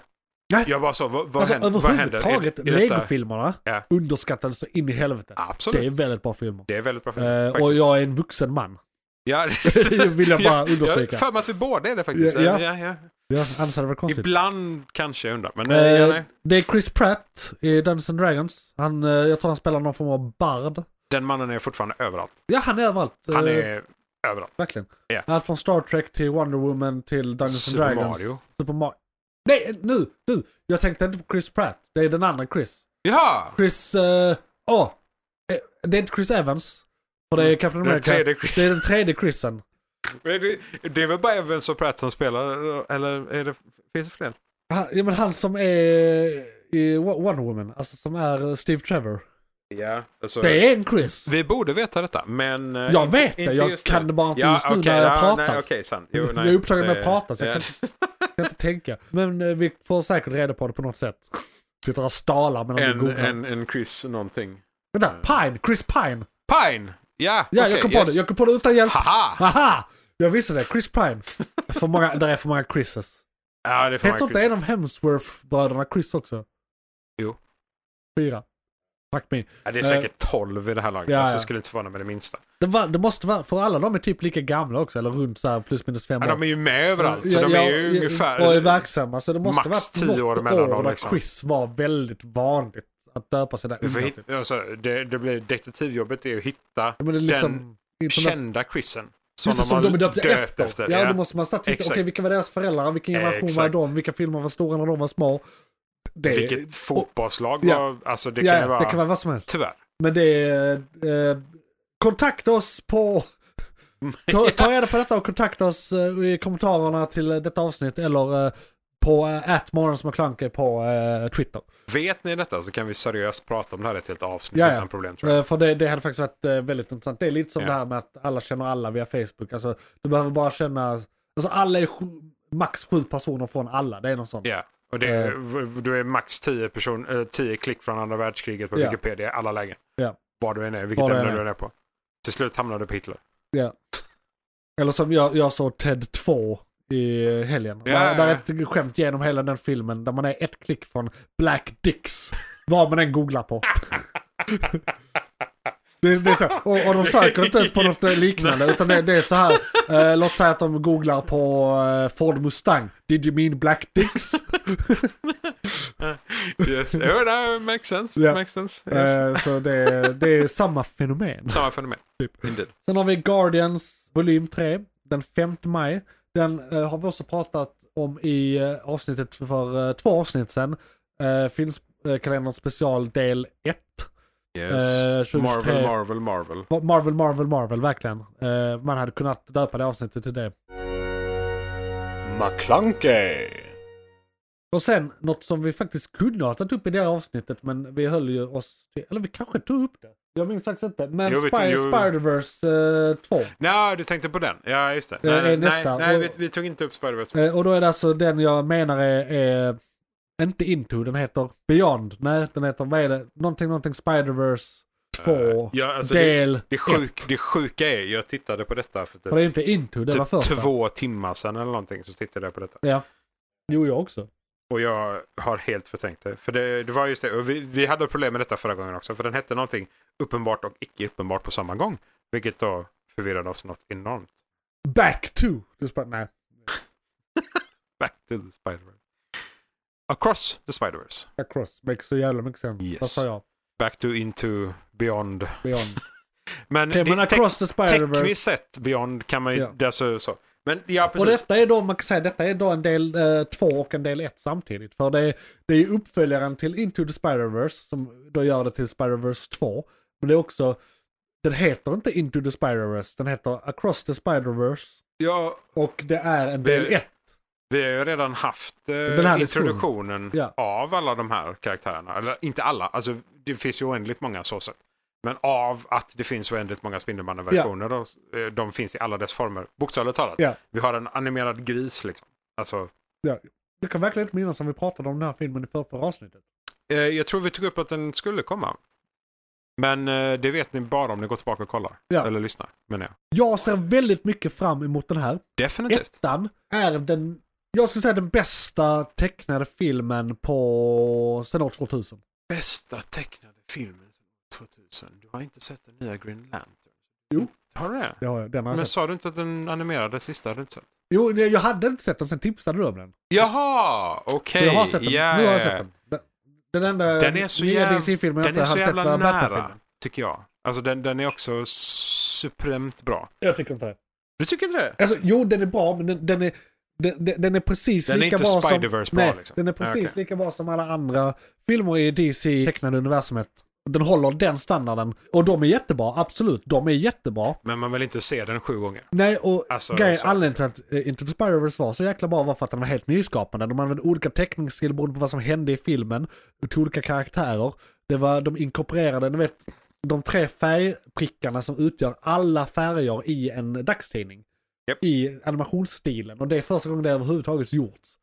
S1: Nej.
S3: Jag bara så, vad, vad
S1: Alltså
S3: händer? Vad händer?
S1: överhuvudtaget,
S3: Är- är detta-
S1: Legofilmerna
S3: Ja.
S1: underskattades så in i helvete.
S3: Absolut.
S1: Det är väldigt bra filmer.
S3: väldigt bra film.
S1: Eh,
S3: faktiskt.
S1: och jag är en vuxen man.
S3: ja,
S1: Det vill jag bara
S3: Jag
S1: understryka.
S3: för mig att vi båda är det faktiskt.
S1: Ja, ja.
S3: Ja, ja. Ja,
S1: Ja, annars hade det varit konstigt.
S3: Ibland kanske jag undrar. Men
S1: Eh,
S3: nej, ja, nej.
S1: det är Chris Pratt i Dungeons and Dragons. Han, eh, jag tror han spelar någon form av bard.
S3: den mannen är fortfarande överallt.
S1: Ja, han är överallt.
S3: Han
S1: eh,
S3: är överallt.
S1: Verkligen.
S3: Ja.
S1: Allt från Star Trek till Wonder Woman till Dungeons
S3: Super
S1: and Dragons.
S3: Mario.
S1: Super Mario. Nej, nu, nu. Jag tänkte inte på Chris Pratt. Det är den andra Chris.
S3: Jaha!
S1: Chris, eh, åh. Eh, det är inte Chris Evans. För det är Captain
S3: Mm. Den
S1: America.
S3: tredje Chris.
S1: Det är den tredje Chrisen.
S3: Men Det, det är väl bara Evans och Pratt som spelar? Eller är det, finns det fler?
S1: Han, ja, men han som är eh, i Wo- Wonder Woman. Alltså som är eh, Steve Trevor.
S3: Ja, alltså,
S1: Det är en Chris.
S3: Vi borde veta detta, men... eh,
S1: Jag
S3: inte-
S1: vet det,
S3: inte
S1: jag
S3: just
S1: kan det bara inte just nu
S3: okej,
S1: när jag
S3: ja,
S1: pratar.
S3: Nej, okej, sant. Jo,
S1: Jag
S3: nej,
S1: är upptagen med
S3: det-
S1: att prata, så jag
S3: ja.
S1: Jag kan inte tänka. Men eh, vi får säkert reda på det på något sätt. Sitter och stalar medan vi
S3: En,
S1: googlar.
S3: en, en Chris någonting.
S1: Vänta, Pine. Chris Pine.
S3: Pine! Ja,
S1: Ja,
S3: okej,
S1: jag kom på
S3: yes.
S1: det. Jag kom på det utan hjälp.
S3: Haha!
S1: Haha! Jag visste det. Chris Pine. För många, där är för många Chrises.
S3: Ja, det får man
S1: Heter inte en av Hemsworth-bröderna Chris också?
S3: Jo.
S1: Fyra. Fuck me.
S3: ja, Det är säkert 12 i det här laget,
S1: Eh. ja,
S3: ja, alltså,
S1: ja.
S3: jag skulle inte förvåna mig det minsta.
S1: Det, var, det måste vara, för alla de är typ lika gamla också, eller runt så här plus minus fem
S3: Ja,
S1: år.
S3: de är ju med överallt, så
S1: Ja,
S3: de
S1: ja,
S3: är ju
S1: ja,
S3: ungefär...
S1: Och är verksamma, så det måste
S3: max
S1: vara något
S3: tio år
S1: år,
S3: mellan dem,
S1: där
S3: liksom.
S1: Chris var väldigt vanligt att döpa sina
S3: Vi får
S1: ungar till.
S3: hitta, alltså, det, det blir detektivjobbet är ju att hitta
S1: Ja, men det är liksom...
S3: den
S1: inte något-
S3: kända Chrisen.
S1: Som, som de är döpta efter. ja,
S3: ja.
S1: då måste man så här titta, okej
S3: Exakt.
S1: vilka var deras föräldrar, vilken generation var
S3: Exakt.
S1: de, vilka filmer var stora när de var små. Det,
S3: Vilket fotbollslag
S1: ja.
S3: var, alltså det
S1: ja,
S3: kan ju
S1: ja,
S3: vara...
S1: det kan vara vad som helst.
S3: Tyvärr.
S1: Men det är... Eh, kontakta oss på... Ta, ta reda på detta och kontakta oss eh, i kommentarerna till eh, detta avsnitt eller eh, på atmorgonsmcclunky på eh, Twitter.
S3: Vet ni detta så kan vi seriöst prata om det här i ett helt avsnitt
S1: Ja, ja.
S3: utan problem tror jag.
S1: Eh, För det, det hade faktiskt varit eh, väldigt intressant. Det är lite som
S3: Ja.
S1: det här med att alla känner alla via Facebook. Alltså, du behöver bara känna... Alltså alla är sju, max sju personer från alla. Det är någon sån.
S3: Ja. Och det,
S1: Eh.
S3: är- du är max 10, person, eller 10 klick från andra världskriget på
S1: Ja.
S3: Wikipedia i alla lägen.
S1: Ja.
S3: Var du än är, vilket
S1: Var du
S3: ämne
S1: än är.
S3: du än är på. Till slut hamnar du på Hitler.
S1: Eller som jag, jag såg Ted 2 i helgen.
S3: Ja,
S1: där,
S3: ja,
S1: där är
S3: ja.
S1: ett skämt genom hela den filmen där man är ett klick från Black Dicks. Vad man än googlar på. Det, är- det är så. Och, och de söker inte ens på något eh, liknande. Utan det, det är så här. Eh, låt säga att de googlar på eh, Ford Mustang. Did you mean black dicks?
S3: Yes. Oh, that makes sense.
S1: Ja.
S3: Makes sense. Yes.
S1: Eh, så det, det är samma fenomen.
S3: Samma fenomen.
S1: Typ.
S3: Indeed.
S1: Sen har vi Guardians volym 3, den 5 maj. Den eh, har vi också pratat om i eh, avsnittet för eh, två avsnitt sedan. Eh, finns eh, kalendern special del 1.
S3: Yes.
S1: Eh,
S3: Marvel,
S1: 23.
S3: Marvel, Marvel.
S1: Va- Marvel, Marvel, Marvel, verkligen. Eh, man hade kunnat döpa det avsnittet till det.
S4: McClunkey.
S1: Och sen något som vi faktiskt kunde ha tagit upp i det här avsnittet men vi höll ju oss till, eller vi kanske tog upp det. Jag minns faktiskt inte. Men
S3: Jo, vi tog-
S1: Spy-
S3: jo.
S1: Spider-Verse eh, 2.
S3: Nej, du tänkte på den. Ja, just det.
S1: Eh,
S3: nej,
S1: nästa.
S3: nej, nej
S1: Och-
S3: vi, vi tog inte upp Spider-Verse.
S1: Eh, och då är det alltså den jag menar är, är inte Into, den heter Beyond. Nej, den heter, vad är det? Någonting, någonting Spider-Verse 2.
S3: ja, alltså
S1: del
S3: Det, sjuk, det sjuka är, jag tittade på detta för typ,
S1: För det är inte Into, det var
S3: typ
S1: första.
S3: två timmar sedan eller någonting. Så tittade jag på detta.
S1: Ja. Jo, jag också.
S3: Och jag har helt förtänkt det. För det, det var just det. Och vi, vi hade problem med detta förra gången också. För den hette någonting uppenbart och icke uppenbart på samma gång. Vilket då förvirrade oss något enormt.
S1: Back to! Det är Sp- nej.
S3: Back to the Spider-Verse. Across the Spider-Verse.
S1: Across makes så jävla mycket sen.
S3: Yes.
S1: Vad sa jag?
S3: Back to into beyond.
S1: Beyond.
S3: Men,
S1: Okej,
S3: det-
S1: men across the
S3: te-
S1: Spider-Verse.
S3: tekniskt sett beyond kan man ju...
S1: Ja.
S3: Det är så, så. Men ja,
S1: Och
S3: precis.
S1: detta är då, man kan säga, detta är då en del eh, två och en del ett samtidigt. För det är, det är uppföljaren till Into the Spider-Verse som då gör det till Spider-Verse 2. Men det är också, den heter inte Into the Spider-Verse, den heter Across the Spider-Verse.
S3: Ja,
S1: Och det är en del
S3: Det-
S1: 1.
S3: vi har ju redan haft eh,
S1: Den här diskussionen.
S3: introduktionen
S1: Ja.
S3: av alla de här karaktärerna. Eller inte alla, alltså det finns ju oändligt många så sett. Men av att det finns oändligt många Spindelmannen-versioner. då, eh, De finns i alla dess former, bokstavligt talat.
S1: Ja.
S3: Vi har en animerad gris liksom. Alltså,
S1: Jag kan verkligen inte minnas om vi pratade om den här filmen i förra, förra avsnittet.
S3: eh, jag tror vi tog upp att den skulle komma. Men eh, det vet ni bara om ni går tillbaka och kollar.
S1: Ja.
S3: Eller lyssnar, menar jag.
S1: Jag ser väldigt mycket fram emot den här.
S3: Definitivt.
S1: Ettan är den, jag skulle säga den bästa tecknade filmen på, sen år 2000.
S3: Bästa tecknade filmen 2000. Du har inte sett den nya Green Lantern?
S1: Jo.
S3: Har du det?
S1: Det har jag, den har jag
S3: Men
S1: sett.
S3: sa du inte att den animerade sista hade du inte sett?
S1: Jo, nej, jag hade inte sett den, sen tipsade du om den.
S3: Jaha, okej.
S1: Så jag har sett den.
S3: Ja,
S1: nu har jag
S3: ja, ja.
S1: sett den. Den, den enda
S3: Den är så
S1: nya
S3: jäv-
S1: DC-filmen jag inte
S3: Den är
S1: har
S3: så
S1: sett
S3: jävla
S1: var
S3: nära,
S1: Batman-filmen.
S3: tycker jag. Alltså den, den är också supremt bra.
S1: Jag tycker inte det.
S3: Du tycker inte det?
S1: Alltså, jo, den är bra, men den, den är... Den, den- den är precis
S3: Den är
S1: lika
S3: inte
S1: bra som...
S3: Spider-Verse bra,
S1: Nej,
S3: liksom.
S1: den är precis
S3: Okej.
S1: lika bra som alla andra filmer i DC tecknade universumet. Den håller den standarden. Och de är jättebra, absolut. De är jättebra.
S3: Men man vill inte se den sju gånger.
S1: Nej, och
S3: Alltså,
S1: grejen,
S3: så-
S1: anledningen till att eh, Into the Spider-Verse var så jäkla bra var för att den var helt nyskapande. De använde olika teckningsstil beroende på vad som hände i filmen. Till olika karaktärer. Det var, de inkorporerade, ni vet, de tre färgprickarna som utgör alla färger i en dagstidning.
S3: Japp.
S1: I animationsstilen. Och det är första gången det överhuvudtaget gjorts.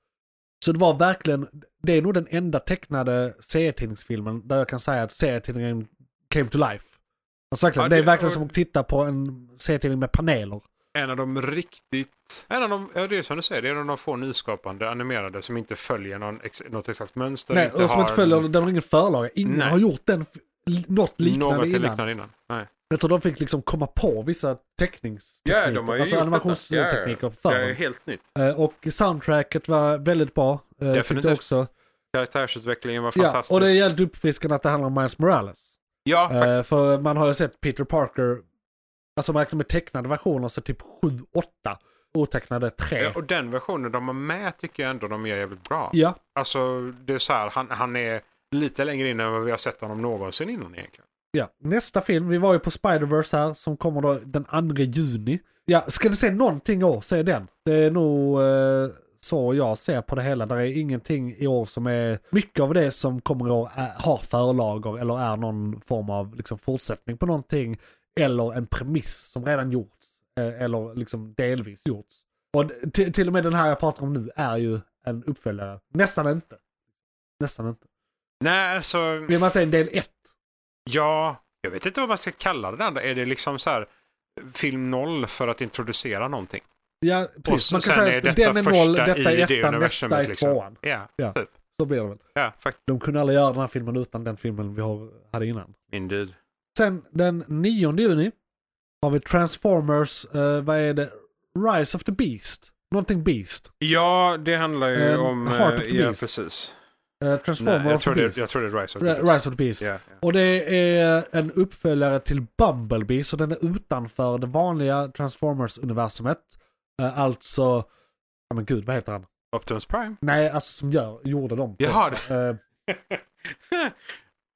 S1: Så det var verkligen, det är nog den enda tecknade serietidningsfilmen där jag kan säga att serietidningen came to life. Alltså verkligen,
S3: Ja,
S1: det är
S3: det-
S1: verkligen
S3: och-
S1: som att titta på en serietidning med paneler.
S3: En av de riktigt... En av de, ja, det är som du säger, det är en av de få nyskapande animerade som inte följer någon ex, något exakt mönster.
S1: Nej,
S3: inte
S1: och som
S3: har
S1: inte följer,
S3: en-
S1: den har ingen förlaga. Ingen
S3: Nej.
S1: har gjort den, f- något liknande
S3: något
S1: innan.
S3: liknande innan. Nej.
S1: Jag tror de fick liksom komma på vissa teckningstekniker,
S3: Ja, de har ju
S1: alltså
S3: gjort detta.
S1: animationstekniker
S3: ja,
S1: för
S3: ja. Det är
S1: dem.
S3: helt nytt.
S1: Eh, Och soundtracket var väldigt bra. eh, tyckte
S3: Definitivt.
S1: jag också.
S3: Karaktärsutvecklingen var
S1: Ja,
S3: fantastisk.
S1: och det är jävligt uppfriskande att det handlar om Miles Morales.
S3: Ja, faktiskt.
S1: Eh, för man har ju sett Peter Parker, alltså man räknar med tecknade versioner, så typ 7-8. Otecknade 3.
S3: Ja, och den versionen de har med tycker jag ändå de gör jävligt bra.
S1: Ja,
S3: Alltså, det är så här, han, han är lite längre in än vad vi har sett honom någonsin innan egentligen.
S1: ja. Nästa film, vi var ju på Spider-Verse här, som kommer då den 2 juni. Ja, ska ni se någonting i år, se den. Det är nog eh, så jag ser på det hela. Där är ingenting i år som är... Mycket av det som kommer i år är, har förlagor eller är någon form av liksom, fortsättning på någonting. Eller en premiss som redan gjorts. eh, Eller liksom delvis gjorts. Och t- till och med den här jag pratar om nu är ju en uppföljare. Nästan inte. Nästan inte.
S3: Nej, alltså,
S1: I och med att det är en del ett.
S3: ja, jag vet inte vad man ska kalla det andra. Är det liksom så här film noll för att introducera någonting?
S1: Ja, precis.
S3: så-
S1: Typ, Man kan
S3: sen
S1: säga
S3: är
S1: att
S3: detta
S1: den är noll,
S3: första
S1: detta
S3: i det
S1: är ettan,
S3: universumet,
S1: nästa är
S3: liksom.
S1: tvåan.
S3: Ja,
S1: Ja.
S3: typ.
S1: Så blir det väl.
S3: Ja, faktiskt.
S1: De kunde aldrig göra den här filmen utan den filmen vi har- hade innan.
S3: Indeed.
S1: Sen den 9 juni har vi Transformers, eh, vad är det? Rise of the Beast. Någonting Beast.
S3: Ja, det handlar ju
S1: Eh,
S3: om...
S1: Heart of
S3: eh,
S1: the
S3: ja,
S1: Beast.
S3: precis.
S1: Eh, Transformers
S3: Nej, jag,
S1: of the
S3: tror det,
S1: Beast.
S3: jag tror det är Rise of the
S1: Ri-
S3: Beast.
S1: Rise of the Beast.
S3: Ja, ja.
S1: Och det är en uppföljare till Bumblebee, så den är utanför det vanliga Transformers-universumet. Eh, Alltså, ja men gud vad heter han?
S3: Optimus Prime.
S1: Nej, alltså som gör, gjorde dem.
S3: Jaha,
S1: Eh,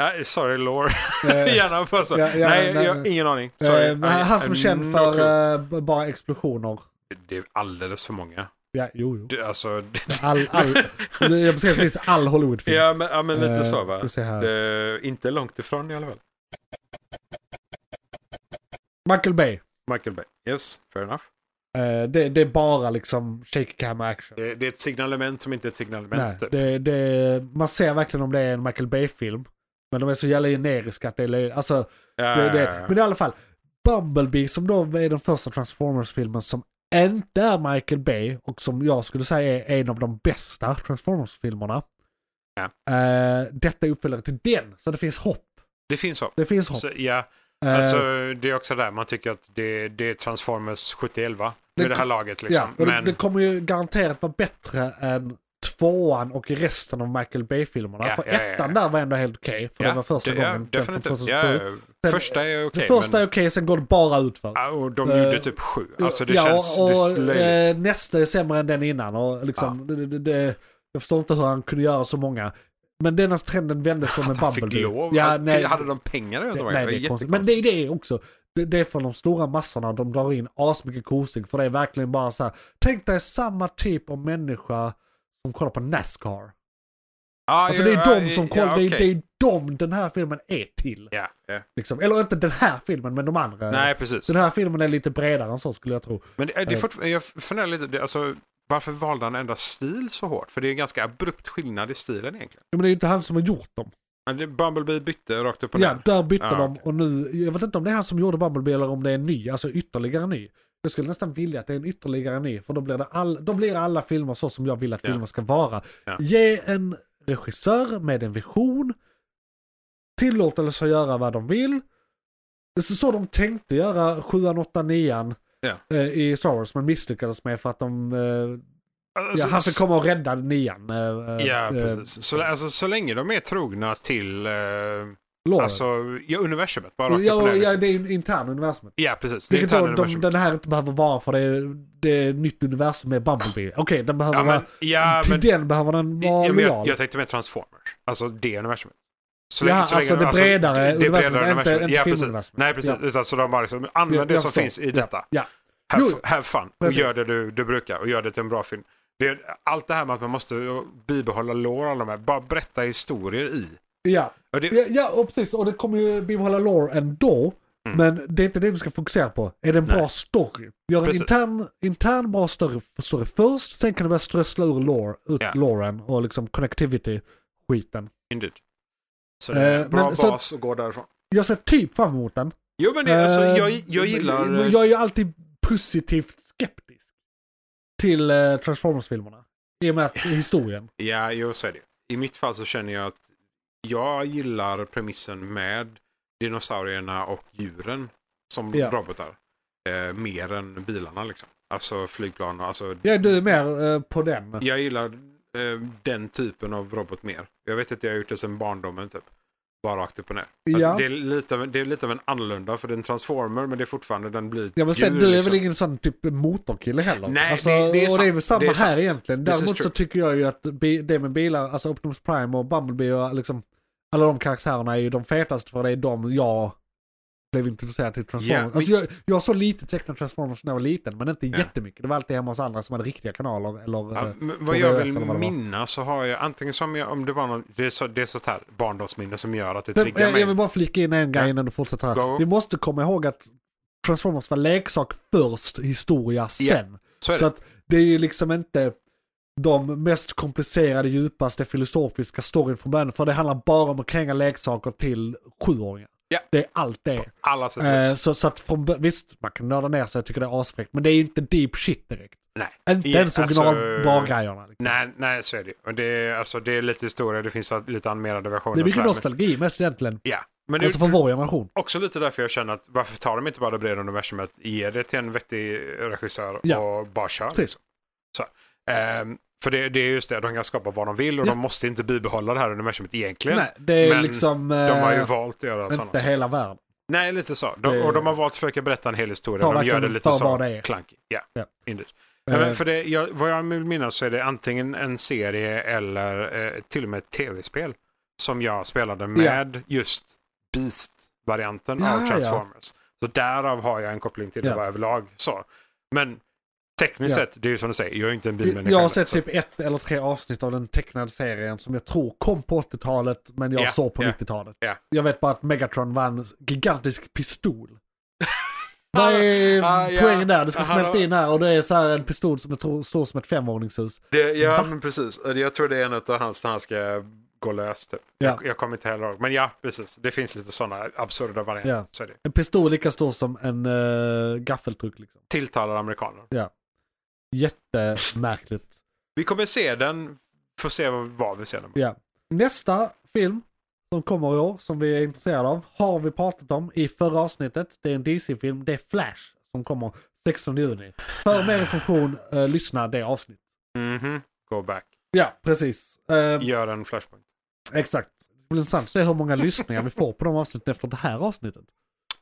S3: Nej, sorry, lore.
S1: eh,
S3: Gärna bara så.
S1: Ja, ja,
S3: nej,
S1: nej,
S3: jag har
S1: nej.
S3: ingen aning. Sorry.
S1: eh, men han- han som är
S3: I- I-
S1: känd
S3: no clue.
S1: för eh, b- bara explosioner.
S3: Det är alldeles för många.
S1: Ja, jo, jo.
S3: Det, alltså... Det...
S1: All, all, jag beskrev precis all Hollywoodfilm.
S3: Ja, men, ja, men lite
S1: Eh,
S3: så va.
S1: ska vi se här.
S3: Det, inte långt ifrån i alla fall.
S1: Michael Bay.
S3: Michael Bay. Yes, fair enough.
S1: Eh, det, det är bara liksom shaky cam action.
S3: Det, det är ett signalement som inte är ett
S1: Nej,
S3: signalement. typ.
S1: det, det, man ser verkligen om det är en Michael Bay-film. Men de är så jävla generiska att det är löj- Alltså,
S3: Ja,
S1: det,
S3: ja,
S1: det.
S3: ja.
S1: Men i alla fall. Bumblebee som då är den första Transformers-filmen som inte är Michael Bay och som jag skulle säga är en av de bästa Transformers-filmerna.
S3: Ja.
S1: Eh, detta är uppföljare till den, så det finns hopp.
S3: det finns hopp.
S1: Det finns hopp.
S3: Så, ja,
S1: Eh,
S3: alltså, det är också där man tycker att det, det är Transformers 71 va?
S1: Det-
S3: Med det här laget liksom.
S1: Ja, och
S3: men,
S1: det, det kommer ju garanterat vara bättre än tvåan och resten av Michael Bay-filmerna.
S3: Ja,
S1: för
S3: ja, ja, ja.
S1: ettan där var ändå helt okej, för
S3: ja,
S1: det var första
S3: det- ja,
S1: gången. den från
S3: Definitivt.
S1: 2007.
S3: Ja, ja.
S1: Sen-
S3: första är okej.
S1: Så första
S3: men,
S1: är okej, sen går det bara utför.
S3: ja, och de
S1: Eh,
S3: gjorde typ sju. Alltså det
S1: ja,
S3: känns
S1: och,
S3: det är löjligt.
S1: eh, nästa är sämre än den innan. Och liksom, det, det, det, jag förstår inte hur han kunde göra så många. Men denna trenden vändes från med
S3: Att han fick
S1: Bumblebee.
S3: lov.
S1: Ja,
S3: att-
S1: nej,
S3: hade de pengar eller
S1: det,
S3: något?
S1: nej, det är konstigt. Men det är det också. Det, det är från de stora massorna de drar in asmycket kosing. För det är verkligen bara så här. Tänk dig samma typ av människa som kollar på Nascar.
S3: ah,
S1: Alltså det är
S3: ja,
S1: de som
S3: ja,
S1: kollar. det, är-
S3: okej.
S1: det är de den här filmen är till.
S3: Ja, ja.
S1: Liksom. Eller inte den här filmen, men de andra.
S3: Nej, precis.
S1: Den här filmen är lite bredare än så skulle jag tro.
S3: Men eh, det, är- det är fortfar- jag funderar lite, det, alltså, varför valde han ändra stil så hårt? För det är en ganska abrupt skillnad i stilen egentligen.
S1: Ja, Men det är ju inte han som har gjort dem.
S3: Men det- Bumblebee bytte rakt upp och
S1: Ja,
S3: ner.
S1: där bytte
S3: Ja,
S1: de
S3: okej.
S1: och nu, jag vet inte om det är han som gjorde Bumblebee eller om det är en ny, alltså ytterligare en ny. Jag skulle nästan vilja att det är en ytterligare en ny, för då blir, det all, då blir alla filmer så som jag vill att
S3: Ja.
S1: filmer ska vara.
S3: Ja.
S1: Ge en regissör med en vision, tillåtelse att göra vad de vill. Det är så- så de tänkte göra 7, 8, 9
S3: Ja.
S1: eh, i Star Wars, men misslyckades med för att de... Eh, ja,
S3: Alltså,
S1: han fick
S3: s-
S1: komma och rädda 9 eh, eh,
S3: Ja,
S1: eh,
S3: precis. Så, alltså, så länge de är trogna till eh,
S1: Lorne.
S3: alltså, ja, universumet. Bara rakt upp och
S1: Ja,
S3: ner.
S1: ja,
S3: liksom.
S1: det är ju interna universumet.
S3: Ja, precis. Det är
S1: Vilket då,
S3: interna
S1: de,
S3: universum.
S1: den här inte behöver vara för det är, det är ett nytt universum med Bumblebee. Okej, den behöver
S3: Ja, men,
S1: vara...
S3: ja,
S1: till
S3: men,
S1: den behöver den vara
S3: ja, men jag,
S1: lojal.
S3: jag tänkte med Transformers. Alltså det universumet. Så
S1: Ja, alltså, det bredare universumet, inte- inte
S3: ja, precis.
S1: filmuniversumet.
S3: Nej, precis.
S1: Ja.
S3: Utan, så de bara liksom, använd
S1: Jag-
S3: det
S1: jag
S3: som
S1: förstår.
S3: finns i detta.
S1: Ja.
S3: Have,
S1: Jo, jo.
S3: have fun och
S1: Precis.
S3: gör det du, du brukar och gör det till en bra film. Det är, allt det här med att man måste bibehålla lore och alla de här, bara berätta historier i.
S1: Ja.
S3: Och det,
S1: Ja, ja, och precis. Och det kommer ju bibehålla lore ändå.
S3: Mm.
S1: Men det är inte det du ska fokusera på. Är det en bra story? Gör en
S3: Precis.
S1: intern, intern bra story, story först, sen kan du börja strössla ur lore, ut
S3: Ja.
S1: loren och liksom connectivity-skiten.
S3: Indeed. Så det är
S1: Eh,
S3: en bra
S1: men så-
S3: bas att gå därifrån.
S1: Jag ser typ fram emot den.
S3: Jo men det, alltså,
S1: Eh,
S3: jag, jag gillar...
S1: men Jag är ju alltid positivt skeptisk till eh, Transformers-filmerna. I och med att historien.
S3: Ja, jo så är det. I mitt fall så känner jag att jag gillar premissen med dinosaurierna och djuren som
S1: Ja.
S3: robotar. Eh, mer än bilarna liksom. Alltså flygplan och alltså...
S1: Ja, du är mer eh, på den.
S3: Jag gillar eh, den typen av robot mer. Jag vet att jag har gjort det sedan barndomen typ. Bara rakt upp och ner. Så
S1: Ja.
S3: att Det, är lite, av en- det är lite av en annorlunda för den transformer men det är fortfarande den blir
S1: Ja, men sen,
S3: djur,
S1: du är
S3: liksom.
S1: väl ingen sån typ motorkille heller?
S3: Nej,
S1: alltså,
S3: det- det är
S1: och det är väl
S3: sant.
S1: samma
S3: Det är sant.
S1: här egentligen.
S3: This is
S1: Däremot så
S3: true.
S1: tycker jag ju att bi- det med bilar, alltså Optimus Prime och Bumblebee och liksom alla de karaktärerna är ju de fetaste för det är de jag blev introducerad till Transformers.
S3: Ja, men-
S1: alltså, jag, jag såg lite tecknat Transformers när jag var liten, men inte
S3: Ja.
S1: jättemycket. Det var alltid hemma hos andra som hade riktiga kanaler eller...
S3: Ja,
S1: eh,
S3: men
S1: på
S3: vad jag
S1: VHS
S3: vill
S1: eller vad det var.
S3: minnas så har jag antingen som jag, om det var någon, det är, så, det är sånt här barndomsminne som gör att det
S1: Sen,
S3: triggar
S1: jag, jag vill
S3: mig.
S1: bara flika in en grej
S3: Ja.
S1: innan du fortsätter här.
S3: Go.
S1: Vi måste komma ihåg att Transformers var leksak först, historia sen.
S3: Så är
S1: Så
S3: det.
S1: att det är ju liksom inte de mest komplicerade, djupaste, filosofiska storyn från början. För det handlar bara om att kränga leksaker till sjuåringar.
S3: Ja.
S1: Det är allt det är.
S3: Alla sätt.
S1: Eh, så, så att från, bör- visst, man kan nörda ner sig, jag tycker det är asfräckt. Men det är inte deep shit direkt.
S3: nej.
S1: Inte
S3: Ja,
S1: ens
S3: alltså,
S1: originalbra-grejerna. Liksom.
S3: nej, nej, så är det ju. Och Det, är- alltså, det är lite historia, det finns lite animerade versioner.
S1: Det är
S3: och
S1: mycket
S3: sådär, men-
S1: nostalgi mest egentligen.
S3: Ja, Men det är
S1: Alltså för vår generation.
S3: också lite därför jag känner att varför tar de inte bara det breda universumet, ger det till en vettig regissör
S1: Ja.
S3: och bara kör.
S1: Precis.
S3: Liksom. Så. här. Ehm, för det, det är just det, de kan skapa vad de vill och
S1: Ja.
S3: de måste inte bibehålla det här universumet egentligen.
S1: Nej, det är
S3: Men
S1: liksom... eh,
S3: De har ju valt att göra
S1: inte
S3: sådana saker.
S1: hela världen.
S3: Nej, lite så. De,
S1: Det-
S3: och de har valt att försöka berätta en hel historia.
S1: Eh, Ta
S3: De gör
S1: verkligen-
S3: det lite
S1: ta
S3: så
S1: vad det är.
S3: klankigt. Ja,
S1: Ja.
S3: indeed. Nej,
S1: Eh,
S3: men för det, jag, vad jag vill minnas så är det antingen en serie eller eh, till och med ett tv-spel som jag spelade med just Beast-varianten
S1: Ja,
S3: av
S1: ja.
S3: Transformers. Så därav har jag en koppling till det
S1: Ja.
S3: bara överlag. Så. Men tekniskt
S1: Ja.
S3: sett, det är ju som du säger, jag är ju inte en bilmänniska.
S1: jag har
S3: heller,
S1: sett
S3: så-
S1: typ ett eller tre avsnitt av den tecknade serien som jag tror kom på 80-talet men jag
S3: Ja,
S1: såg på
S3: ja,
S1: 90-talet.
S3: ja.
S1: Jag vet bara att Megatron vann en gigantisk pistol. Vad är
S3: Ah, ja.
S1: poängen där? Det ska
S3: Ah,
S1: smälta
S3: hallå.
S1: in här och det är så här en pistol som är tro- stor som ett femvåningshus.
S3: Det, ja,
S1: Va?
S3: men precis. Jag tror det är en av hans när han ska gå lös. Typ.
S1: Ja.
S3: Jag, jag kommer inte heller ihåg. Men ja, precis. Det finns lite sådana absurda varianter.
S1: Ja.
S3: Så är det.
S1: En pistol lika stor som en uh, gaffeltruck liksom.
S3: Tilltalar amerikaner.
S1: Jättemärkligt.
S3: Vi kommer se den. Får se vad- vad vi ser den.
S1: ja. Nästa film som kommer i år som vi är intresserade av har vi pratat om i förra avsnittet. Det är en DC-film. Det är Flash som kommer 16 juni. För mer information, eh, lyssna det avsnittet.
S3: Mhm. Go back.
S1: Ja, precis. Eh,
S3: Gör en flashpoint.
S1: Exakt. Det blir intressant att se hur många lyssningar vi får på de avsnitten efter det här avsnittet.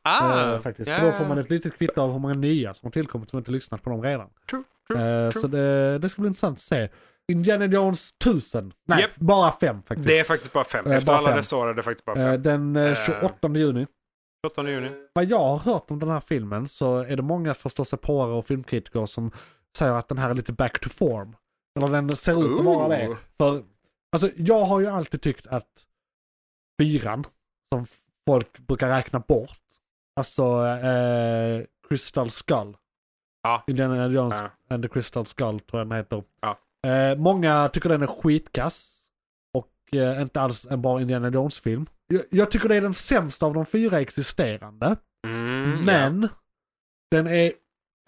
S3: Ah!
S1: eh, faktiskt. För då får man ett litet kvitto av hur många nya som har tillkommit som inte lyssnat på dem redan.
S3: True,
S1: Eh,
S3: true.
S1: Så det, det ska bli intressant att se. Indiana Jones 1000. Nej,
S3: Japp.
S1: bara fem faktiskt.
S3: Det är faktiskt bara fem.
S1: Eh,
S3: Efter
S1: bara
S3: alla
S1: fem.
S3: dessa år är det faktiskt bara
S1: Eh,
S3: fem.
S1: Den eh, 28 juni.
S3: 28 juni.
S1: Vad jag har hört om den här filmen så är det många förståsigpåare och filmkritiker som säger att den här är lite back to form. Eller den ser ut att vara det.
S3: Ooh.
S1: För, alltså jag har ju alltid tyckt att fyran, som f- folk brukar räkna bort, alltså eh, Crystal Skull,
S3: Ja.
S1: Indiana Jones
S3: Ja.
S1: and the Crystal Skull tror jag den heter.
S3: Ja.
S1: Eh, många tycker den är skitkass och eh, inte alls en bra Indiana Jones-film. Jag, jag tycker det är den sämsta av de fyra existerande.
S3: Mm,
S1: Men den är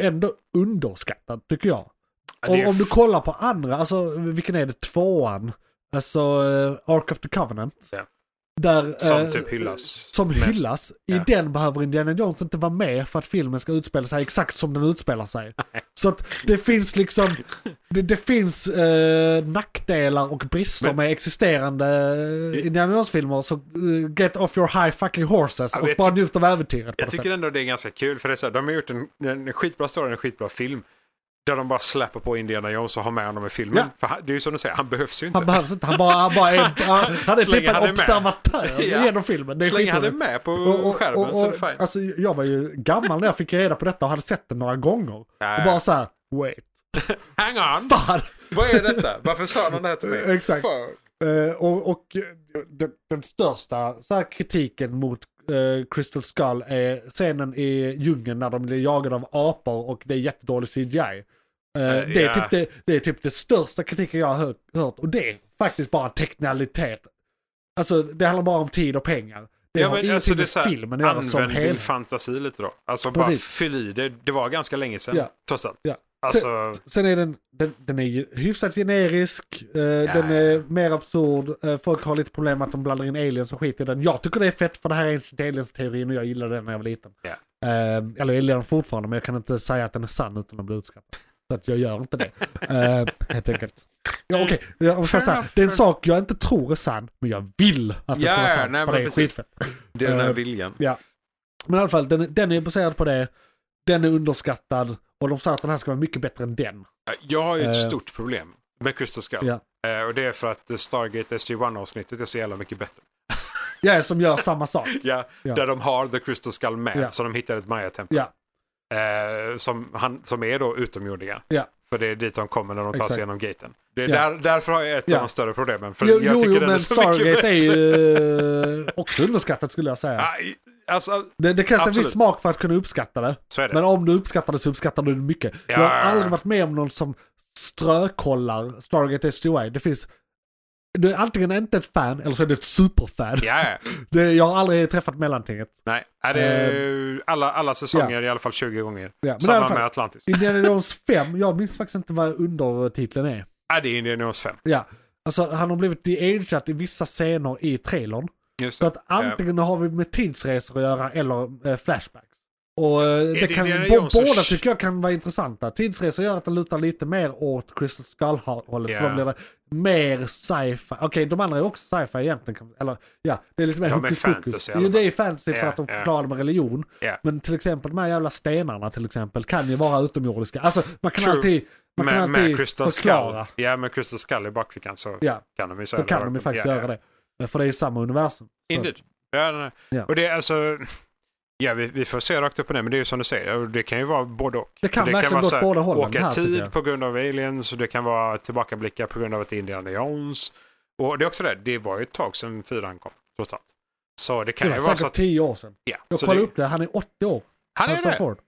S1: ändå underskattad tycker jag.
S3: ja. Det
S1: Om,
S3: är
S1: om du
S3: f-
S1: kollar på andra, alltså vilken är det, tvåan? Alltså eh, Ark of the Covenant.
S3: Ja.
S1: Där, eh,
S3: Som typ hyllas.
S1: Som
S3: mest.
S1: hyllas. I
S3: Ja.
S1: den behöver Indiana Jones inte vara med för att filmen ska utspela sig exakt som den utspelar sig. Så att det finns liksom, det, det finns eh, nackdelar och brister
S3: Men-
S1: med existerande eh, Indiana Jones-filmer. Så eh, get off your high fucking horses
S3: Ja,
S1: och
S3: jag
S1: bara
S3: ty-
S1: njut av äventyret. på
S3: Jag
S1: något sätt.
S3: tycker ändå det är ganska kul för det är så här, de har gjort en, en skitbra story, en skitbra film. Där de bara släpper på Indiana Jones och har med honom i filmen.
S1: Ja.
S3: För han, det är ju som du säger, han behövs ju inte.
S1: Han behövs inte, han bara, han bara är, han, han är
S3: Så länge
S1: typ en
S3: han är med.
S1: observatör
S3: Ja.
S1: genom filmen. Det är
S3: Så länge han är
S1: skitroligt.
S3: med på
S1: Och, och,
S3: skärmen
S1: och,
S3: så
S1: och,
S3: är det fine.
S1: alltså, jag var ju gammal när jag fick reda på detta och hade sett den några gånger.
S3: Ja,
S1: Och
S3: ja.
S1: bara så här, wait,
S3: Hang on!
S1: fan.
S3: Vad är detta? Varför sa någon det här till mig?
S1: Exakt.
S3: För-
S1: Eh, och och eh, den, den största så här, kritiken mot eh, Crystal Skull är scenen i djungeln när de blir jagade av apor och det är jättedålig CGI. Eh,
S3: Eh,
S1: det, är
S3: ja.
S1: typ det, det är typ det största kritiken jag har hört, hört och det är faktiskt bara teknikalitet. Alltså det handlar bara om tid och pengar. Det
S3: Ja,
S1: har
S3: men
S1: ingenting
S3: alltså det är
S1: med
S3: så här,
S1: filmen att göra
S3: använd
S1: som
S3: din
S1: helhet.
S3: fantasi lite då. Alltså bara
S1: Precis.
S3: fyll i det. Det var ganska länge sedan,
S1: Ja.
S3: trots allt.
S1: Ja.
S3: Alltså-
S1: Sen, sen är den, den, den är ju hyfsat generisk, eh, den
S3: ja,
S1: är
S3: ja.
S1: mer absurd, eh, folk har lite problem med att de blandar in aliens och skit i den. Jag tycker det är fett för det här är Ancient Aliens-teorin och jag gillade den när jag var liten.
S3: Ja.
S1: Eh, eller jag gillar den fortfarande men jag kan inte säga att den är sann utan att bli utskattad. Så att jag gör inte det, eh, helt enkelt. Ja, okej. Jag måste säga så här,
S3: enough,
S1: det är en
S3: fair-
S1: sak jag inte tror är sann, men jag vill att det ska
S3: Ja,
S1: vara sant.
S3: nej,
S1: för
S3: men
S1: det är
S3: precis.
S1: skitfett.
S3: Det är den här
S1: Eh,
S3: viljan.
S1: Ja. Men i alla fall, den, den är baserad på det. Den är underskattad. Och de sa att den här ska vara mycket bättre än den.
S3: Jag har ju ett
S1: eh,
S3: stort problem med Crystal Skull.
S1: Ja.
S3: Eh, och det är för att eh, Stargate SG-1-avsnittet är så jävla mycket bättre.
S1: Ja, som gör samma sak.
S3: Ja,
S1: Ja.
S3: Där de har The Crystal Skull med,
S1: Ja.
S3: så de hittar ett Maya-tempel.
S1: Ja,
S3: Eh, som, han, som är då utomjordingar.
S1: ja.
S3: För det är dit de kommer när de tar
S1: Exakt.
S3: sig igenom gaten. Det är
S1: Ja.
S3: där, därför har jag ett
S1: Ja.
S3: av de större problemen. För
S1: Jo,
S3: jag
S1: jo,
S3: tycker
S1: jo
S3: den är
S1: men
S3: så mycket
S1: Stargate
S3: bättre.
S1: är ju eh, också underskattat skulle jag säga.
S3: Aj, alltså,
S1: Det, det krävs en
S3: absolut.
S1: viss smak för att kunna uppskatta det.
S3: så är det.
S1: Men om du uppskattar det så uppskattar du det mycket. Jag
S3: Ja,
S1: har
S3: ja, ja.
S1: aldrig varit med om någon som strökollar Stargate SG-1. Det finns... Du är antingen inte ett fan eller så är du ett superfan.
S3: Ja, ja.
S1: Det, jag har aldrig träffat mellantinget.
S3: Nej, är det är alla, alla säsonger i alla fall 20 gånger.
S1: Eh, Ja, men i alla
S3: Samma
S1: fall-
S3: med Atlantis.
S1: Indiana Jones 5, jag minns faktiskt inte vad undertiteln är.
S3: Ja, det är Indiana Jones 5.
S1: Ja, alltså han har blivit de-ageat i vissa scener i trailern.
S3: Just
S1: Så
S3: det. Eh,
S1: att antingen
S3: Ehm.
S1: har vi med tidsresor att göra eller eh, flashbacks. Och eh, det
S3: det
S1: kan,
S3: Indiana
S1: bo-
S3: Jones och
S1: båda
S3: sh-
S1: tycker jag kan vara intressanta. Tidsresor gör att det lutar lite mer åt Crystal Skull-hållet.
S3: Ja.
S1: För då blir det mer sci-fi. Okej, de andra är också sci-fi egentligen. kan- Eller ja, det är lite mer
S3: De är
S1: hokus pokus.
S3: fantasy i alla
S1: Jo, det
S3: fall.
S1: är fantasy för
S3: Ja,
S1: att de
S3: ja.
S1: förklarar det med religion.
S3: Ja.
S1: Men till exempel de här jävla stenarna till exempel kan ju vara utomjordiska. Alltså man kan
S3: True.
S1: alltid, man kan
S3: Med, med
S1: alltid
S3: Crystal
S1: förklara.
S3: Skull. Ja, med Crystal Skull i bakfickan så
S1: Ja,
S3: kan de ju
S1: så kan de ju faktiskt göra det. För det är samma universum. Så-
S3: Indeed. Ja, nej.
S1: Ja.
S3: Och det är alltså... Ja, vi, vi får se rakt upp och ner, men det är ju som du säger, och det kan ju vara både och.
S1: Det kan
S3: det
S1: verkligen
S3: vara
S1: gå åt
S3: så här,
S1: båda hållen
S3: Åka
S1: här, tycker
S3: tid
S1: jag.
S3: på grund av aliens, och det kan vara tillbakablickar på grund av att det är Indiana Jones. Och det är också det, det var ju ett tag sedan fyran kom, trots allt. Så det kan
S1: det
S3: ju
S1: var
S3: vara så
S1: säkert
S3: att...
S1: tio år sedan.
S3: Ja,
S1: Jag
S3: så
S1: kollade
S3: det,
S1: upp det, han är 80 år.
S3: han är
S1: Harrison
S3: det.
S1: Ford.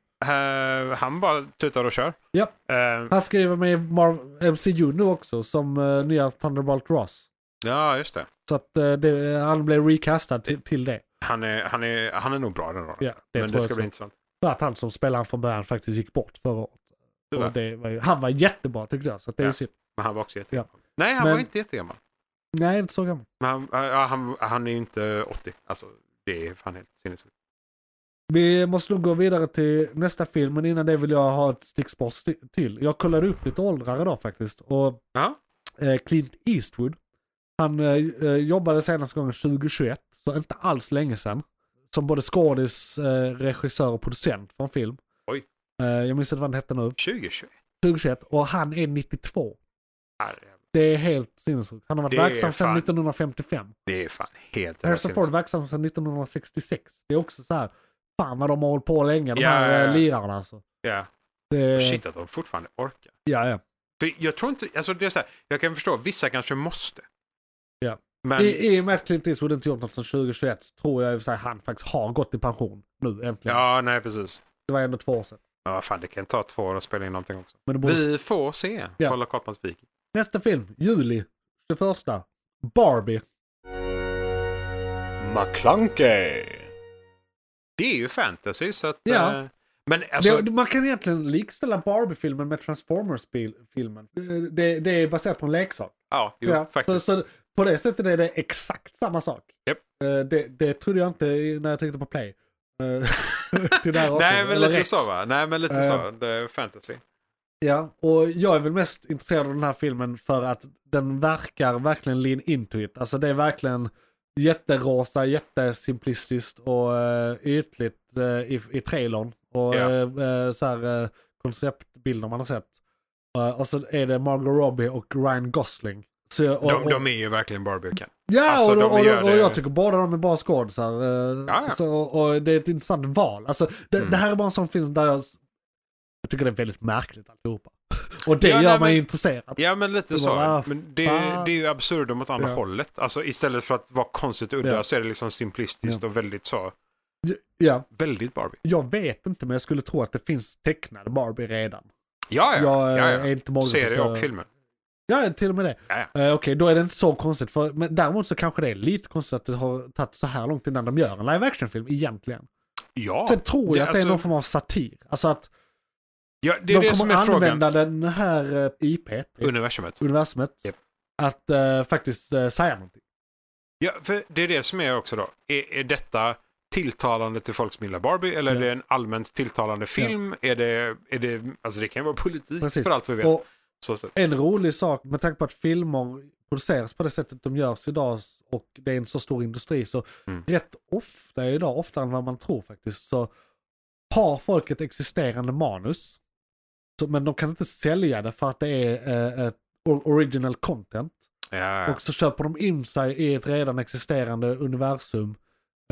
S3: Eh, han bara tutar och kör.
S1: Japp.
S3: Eh,
S1: Han skriver med i Marvel MCU nu också som eh, nya Thunderbolt Ross.
S3: ja, just det.
S1: Så att eh, det, han blev recastad till, till det.
S3: Han är, han är, han är nog bra den rollen.
S1: Ja, det
S3: men
S1: tror jag
S3: det ska
S1: också.
S3: bli intressant.
S1: För att han som spelade från början faktiskt gick bort förra året.
S3: Tyvärr.
S1: Och det var ju, han var jättebra tyckte jag, så att det är
S3: Ja.
S1: synd.
S3: Men han var också jättegammal.
S1: Ja.
S3: Nej, han
S1: Men-
S3: var inte jättegammal.
S1: Nej, inte så gammal.
S3: Men han, ja, han, han är ju inte 80. Alltså, det är fan helt sinnessjukt.
S1: Vi måste nog gå vidare till nästa film, men innan det vill jag ha ett stickspår sti- till. Jag kollade upp lite åldrar idag faktiskt. Och
S3: Ja.
S1: eh, Clint Eastwood, han eh, eh, jobbade senast gången 2021, så inte alls länge sedan. Som både skådis, eh, regissör och producent för en film.
S3: Oj.
S1: Eh, jag minns inte vad den hette nu.
S3: 2021.
S1: 2021, och han är 92.
S3: Herrejävlar.
S1: Det är helt sinnessjukt. Han har varit
S3: Det är
S1: verksam sedan
S3: fan-
S1: 1955.
S3: Det är fan helt jävla
S1: Harrison Ford
S3: sinnessjukt.
S1: verksam sedan 1966. Det är också så här, fan vad de har hållit på länge, de
S3: Ja,
S1: här
S3: ja,
S1: eh,
S3: ja.
S1: lirarna alltså.
S3: Ja.
S1: Det,
S3: Oh, Shit att de fortfarande orkar.
S1: Eh, Ja, ja.
S3: För jag tror inte, alltså det är så här, jag kan förstå, vissa kanske måste.
S1: Ja.
S3: Men,
S1: I, I och med att Clint Eastwood inte gjort något sedan 2021 så tror jag i och för sig han faktiskt har gått i pension nu äntligen.
S3: ja nej precis.
S1: Det var ändå två år sedan.
S3: Ja, fan det kan ta två år att spela in någonting också.
S1: Men det borde...
S3: Vi får se.
S1: Ja.
S3: Trolla Karpans Viking.
S1: Nästa film, juli 21. Barbie.
S4: McClunkey.
S3: Det är ju fantasy så att...
S1: Ja.
S3: eh, Men alltså,
S1: det, man kan egentligen likställa Barbie-filmen med Transformers-filmen. Det, det är baserat på en leksak.
S3: ja, jo,
S1: ja, så,
S3: faktiskt.
S1: så på det sättet är det exakt samma sak.
S3: Japp.
S1: Eh, Det, det trodde jag inte i- när jag tänkte på Play. Eh, Till det här
S3: Nej
S1: avsnittet,
S3: men
S1: eller
S3: lite
S1: rätt.
S3: så va? Nej men lite
S1: Eh.
S3: så. Det är fantasy.
S1: Ja, och jag är väl mest intresserad av den här filmen för att den verkar verkligen lean into it. Alltså det är verkligen jätterosa, jättesimplistiskt och eh, ytligt eh, i, i trailern. Och
S3: Ja.
S1: eh, eh, så här eh, konceptbilder man har sett. Eh, och så är det Margot Robbie och Ryan Gosling. Så, och,
S3: De,
S1: och-
S3: de är ju verkligen Barbie-kan.
S1: Ja,
S3: Alltså,
S1: och,
S3: de
S1: och,
S3: gör
S1: och,
S3: det-
S1: jag tycker båda de är bra skådisar. eh,
S3: Ja, ja.
S1: så- Och det är ett intressant val. Alltså, det,
S3: Mm.
S1: det här är bara en sån film där jag, s- jag tycker det är väldigt märkligt alltihopa. Och det
S3: Ja,
S1: gör
S3: nej,
S1: mig
S3: men-
S1: intresserad.
S3: Ja men lite
S1: Det
S3: så.
S1: bara,
S3: men det,
S1: fan.
S3: det är ju absurdum åt andra
S1: Ja.
S3: hållet. Alltså istället för att vara konstigt och udda
S1: Ja.
S3: så är det liksom simplistiskt och väldigt så.
S1: Ja,
S3: Väldigt Barbie.
S1: jag vet inte men jag skulle tro att det finns tecknade Barbie redan.
S3: Ja
S1: Jag
S3: ja. ja,
S1: eh, är
S3: ja.
S1: inte många
S3: Serie
S1: så-
S3: och filmer.
S1: Ja, till och med det.
S3: Ja, ja.
S1: Eh, Okej, då är det inte så konstigt. För, men däremot så kanske det är lite konstigt att det har tagit så här långt innan de gör en live action-film egentligen.
S3: Ja,
S1: Sen tror jag
S3: det-
S1: att det är
S3: alltså-
S1: någon form av satir. Alltså att
S3: ja det är
S1: de
S3: det som
S1: kommer
S3: är frågan.
S1: använda den här eh, IP,
S3: Universumet.
S1: universumet,
S3: Japp.
S1: att eh, faktiskt eh, säga någonting.
S3: Ja, för det är det som är också då. Är, är detta tilltalande till folk som gillar Barbie eller
S1: Ja.
S3: är det en allmänt tilltalande film? Är, det, är det, alltså det kan ju vara politik
S1: Precis.
S3: för allt vi vet.
S1: Och
S3: så, så.
S1: en rolig sak med tanke på att filmer produceras på det sättet de görs idag och det är en så stor industri så
S3: Mm.
S1: rätt ofta idag, oftare än vad man tror faktiskt, så har folk ett existerande manus. Så, men de kan inte sälja det för att det är eh, ett o- original content.
S3: Ja, ja.
S1: Och så köper de in sig i ett redan existerande universum.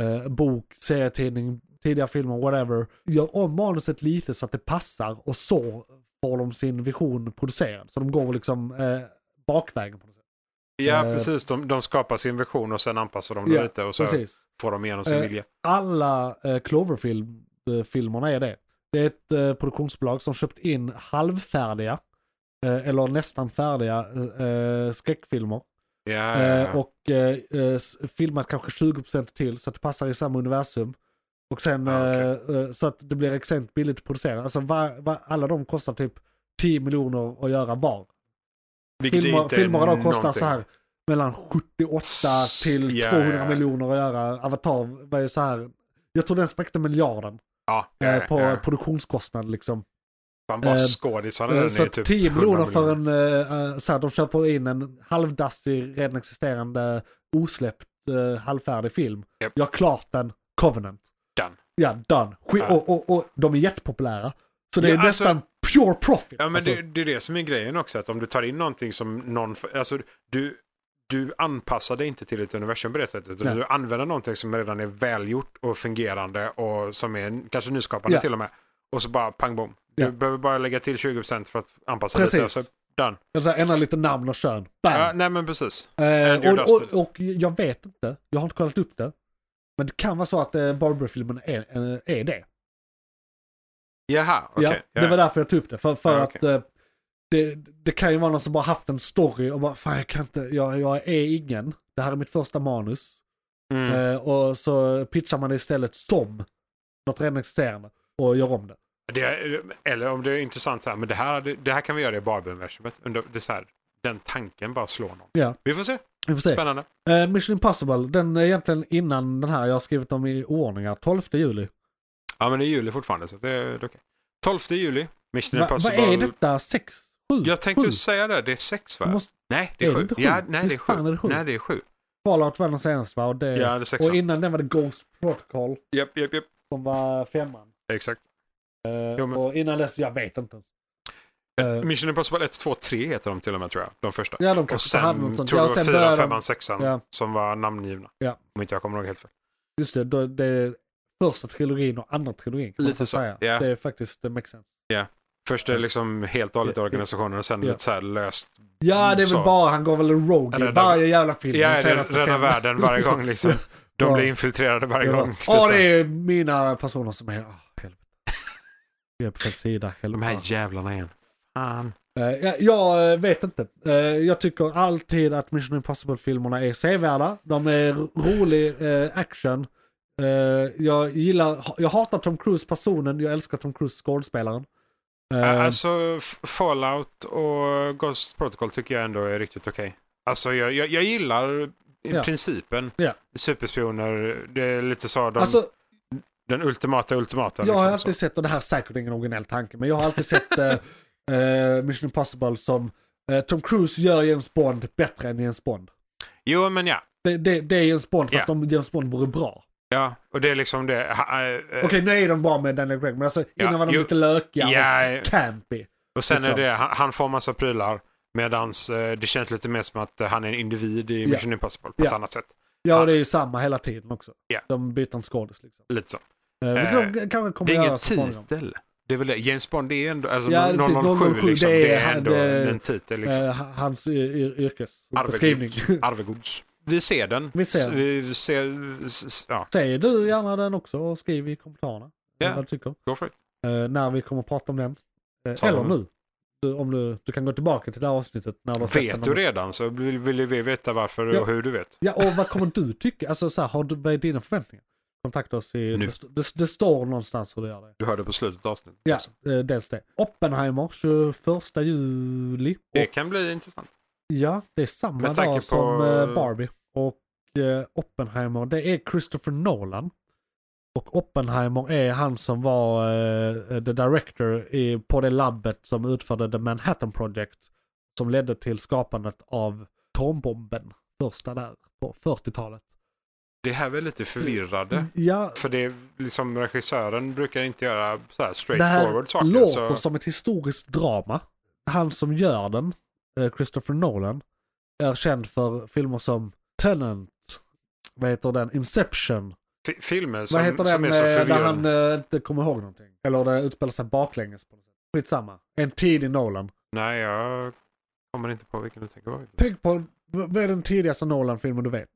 S1: Eh, bok, serietidning, tidiga filmer, whatever. Gör om manuset lite så att det passar och så får de sin vision producerad. Så de går liksom eh, bakvägen. på något sätt.
S3: ja
S1: eh,
S3: precis. De, de skapar sin version och sen anpassar de
S1: Ja,
S3: det lite och så
S1: Precis.
S3: får de igenom sin
S1: Eh,
S3: vilja.
S1: Alla eh, Cloverfield-filmerna är det. Det är ett eh, produktionsbolag som köpt in halvfärdiga eh, eller nästan färdiga eh, eh, skräckfilmer.
S3: Ja, ja,
S1: Eh,
S3: ja.
S1: och eh, eh, s- filmat kanske 20% till så att det passar i samma universum. Och sen
S3: Ah, okej.
S1: eh, eh, så att det blir extremt billigt att producera. Alltså va, va, alla de kostar typ 10 miljoner att göra var.
S3: Vilket
S1: Filmer,
S3: inte är
S1: filmer idag kostar
S3: någonting.
S1: så här mellan 78 till
S3: Ja,
S1: 200
S3: ja, ja.
S1: miljoner att göra. Avatar var ju så här, jag tror den spräckte miljarden
S3: Ja,
S1: eh,
S3: ja,
S1: på
S3: ja.
S1: produktionskostnad liksom.
S3: Fan, bara
S1: eh,
S3: skådisarna den
S1: Eh,
S3: är
S1: så att
S3: typ
S1: 10 miljoner
S3: 100
S1: för en, eh, eh, så här, de köper in en halvdassig, redan existerande, osläppt, eh, halvfärdig film.
S3: Japp.
S1: Jag har klart den, Covenant.
S3: Done.
S1: Ja, done. Skit,
S3: Ja.
S1: Och, och, och de är jättepopulära. Så det
S3: Ja,
S1: är
S3: alltså-
S1: nästan pure profit.
S3: Ja, men
S1: alltså.
S3: det, det är det som är grejen också. Att om du tar in någonting som någon... Alltså, du, du anpassar dig inte till ett universum på det sättet. utan
S1: Nej.
S3: Du använder någonting som redan är välgjort och fungerande och som är en- kanske nyskapande
S1: Ja.
S3: till och med. Och så bara pang bom. Du
S1: Ja.
S3: behöver bara lägga till 20% för att anpassa
S1: Precis.
S3: lite. Alltså, done.
S1: Eller så här, ändra lite namn och kön. Bam!
S3: Ja, nej men precis.
S1: Eh,
S3: Andrew
S1: och,
S3: Dustin.
S1: och, och jag vet inte, jag har inte kollat upp det. Men det kan vara så att eh, Barbara-filmen är, eh, är det.
S3: Jaha, okej.
S1: ja,
S3: ja.
S1: det var därför jag tog upp det. För, för
S3: Ja,
S1: att eh, det, det kan ju vara någon som bara haft en story och bara, fan jag kan inte, jag, jag är ingen. Det här är mitt första manus.
S3: Mm.
S1: Eh, och så pitchar man det istället som något redan existerande och gör om det.
S3: Det är, eller om det är intressant så här, men det här, det här kan vi göra i Barbie-universumet. Under- Det är så här, den tanken bara slår någon.
S1: Ja.
S3: Vi får se.
S1: Vi får se.
S3: Spännande.
S1: Eh, Mission Impossible, den är egentligen innan den här, jag har skrivit dem i oordningar, 12 juli.
S3: Ja, men det är juli fortfarande så det är det är okej. 12 juli, Mission
S1: Va, vad
S3: Impossible.
S1: är detta? 6? 7?
S3: Jag tänkte säga det, det är sex va?
S1: Måste,
S3: Nej, det
S1: Är
S3: är
S1: det
S3: sju.
S1: inte sju?
S3: Ja, nej, det är
S1: Visst fan
S3: sju.
S1: är det sju?
S3: Nej, det är sju.
S1: Fallout var den senaste va? Och, det,
S3: Ja, det är sexan.
S1: och innan den var det Ghost Protocol
S3: Japp, japp, japp.
S1: som var femman.
S3: Exakt.
S1: Eh,
S3: Jo, men-
S1: Och innan dess, jag vet inte ens. Eh,
S3: Mission Impossible 1, 2, 3 heter de till och med tror jag. De första.
S1: ja, de
S3: och
S1: kanske tar hand om
S3: sen
S1: sånt.
S3: tror
S1: Ja,
S3: jag det
S1: sen
S3: var fyran,
S1: börjar de-
S3: femman, sexan
S1: Ja.
S3: som var namngivna.
S1: Ja.
S3: Om inte jag kommer ihåg helt fel.
S1: Just det, då, det är första trilogin och andra trilogin. Kan
S3: Lite
S1: man
S3: så,
S1: säga.
S3: ja.
S1: Det är faktiskt, det makes sense.
S3: Först är det liksom helt och hållet
S1: Ja, ja.
S3: organisationen och sen
S1: Ja.
S3: lite så här löst.
S1: Ja, det är
S3: Så.
S1: väl bara, han går väl en rogue i
S3: Rädda-
S1: varje jävla film.
S3: Ja,
S1: de
S3: det
S1: senaste
S3: rädda
S1: fem.
S3: världen varje gång liksom. De
S1: Ja.
S3: blir infiltrerade varje
S1: Ja,
S3: gång. Typ
S1: Ja, det typ är mina personer som är, ah, helvete. Jag är på fel sida,
S3: De
S1: helvete.
S3: här jävlarna igen. Fan.
S1: Eh, Jag, jag eh, vet inte. Eh, Jag tycker alltid att Mission Impossible-filmerna är sevärda. De är ro- rolig eh, action. Eh, Jag gillar, jag hatar Tom Cruise personen, jag älskar Tom Cruise skådespelaren. Eh,
S3: Alltså F- Fallout och Ghost Protocol tycker jag ändå är riktigt okej. Alltså jag, jag, jag gillar i
S1: Ja.
S3: principen.
S1: Ja.
S3: Superspioner, det är lite så de,
S1: alltså,
S3: den ultimata ultimata.
S1: jag har
S3: liksom,
S1: alltid
S3: så.
S1: sett, och det här är säkert ingen originell tanke, men jag har alltid sett eh, eh, Mission Impossible som eh, Tom Cruise gör James Bond bättre än James Bond.
S3: Jo men ja.
S1: Det, det, det är James Bond, fast
S3: Ja.
S1: om James Bond vore bra.
S3: Ja, och det är liksom det. Ha, eh, eh,
S1: Okej, nu är de bra med Daniel Craig, men alltså
S3: Ja,
S1: innan var de
S3: jo.
S1: lite lökiga
S3: Ja.
S1: och campy.
S3: och sen
S1: liksom.
S3: är det, han, han får massa prylar. Medans eh, det känns lite mer som att eh, han är en individ i
S1: Ja.
S3: Mission Impossible på
S1: Ja.
S3: ett annat sätt.
S1: Ja, och
S3: Ja.
S1: det är ju samma hela tiden också.
S3: Ja.
S1: De byter inte skådis liksom.
S3: Lite så.
S1: Eh,
S3: Eh,
S1: vilket de kanske kommer
S3: Det är ingen
S1: göra så småningom.
S3: titel. Det är väl det. James Bond det är ändå, alltså
S1: Ja,
S3: ja,
S1: precis,
S3: 007,
S1: 007,
S3: liksom.
S1: det är-
S3: Det är ändå
S1: det-
S3: en titel liksom.
S1: Eh, h- hans y- y- yrkesbeskrivning.
S3: Arvegods. Arvegods. Vi ser den.
S1: eh, Vi ser den.
S3: Vi ser, s- s- ja,
S1: Säg du gärna den också och skriv i kommentarerna
S3: Ja.
S1: vad du tycker.
S3: go for it.
S1: Eh, när vi kommer att prata om den. Eh,
S3: Ta
S1: eller
S3: den.
S1: nu. Du, om du, du kan gå tillbaka till det här avsnittet när du har sett den.
S3: Vet du redan så vill, vill ju vi veta varför
S1: Ja.
S3: och hur du vet.
S1: Ja, och vad kommer du tycka? Alltså så här, har du, vad är dina förväntningar? Kontakta oss i...
S3: Nu.
S1: Det, st- det, det står någonstans hur du gör det.
S3: Du hörde på slutet av avsnittet. liksom.
S1: Ja,
S3: också.
S1: eh, dels det. Oppenheimer 21 juli.
S3: Det
S1: Och,
S3: kan bli intressant.
S1: ja, det är samma
S3: Med tanke
S1: dag som
S3: på-
S1: eh, Barbie. Och eh, Oppenheimer, det är Christopher Nolan. Och Oppenheimer är han som var eh, the director i, på det labbet som utförde The Manhattan Project. Som ledde till skapandet av atombomben. Första där på 40-talet.
S3: Det här är väl lite förvirrade.
S1: Ja,
S3: För det är liksom regissören brukar inte göra så här
S1: det här
S3: straightforward saker.
S1: låter
S3: Så,
S1: som ett historiskt drama. Han som gör den, eh, Christopher Nolan, är känd för filmer som Tenant, vad heter den, Inception.
S3: fi- filmer
S1: vad
S3: som,
S1: heter
S3: som
S1: den
S3: är så
S1: eh, där
S3: förvirrande.
S1: han eh, inte kommer ihåg någonting? Eller det utspelar sig baklänges på något sätt. Skitsamma. En tidig Nolan.
S3: Nej, jag kommer inte på vilken du tänker på. faktiskt.
S1: Tänk på, vad är den tidigaste Nolan-filmen du vet?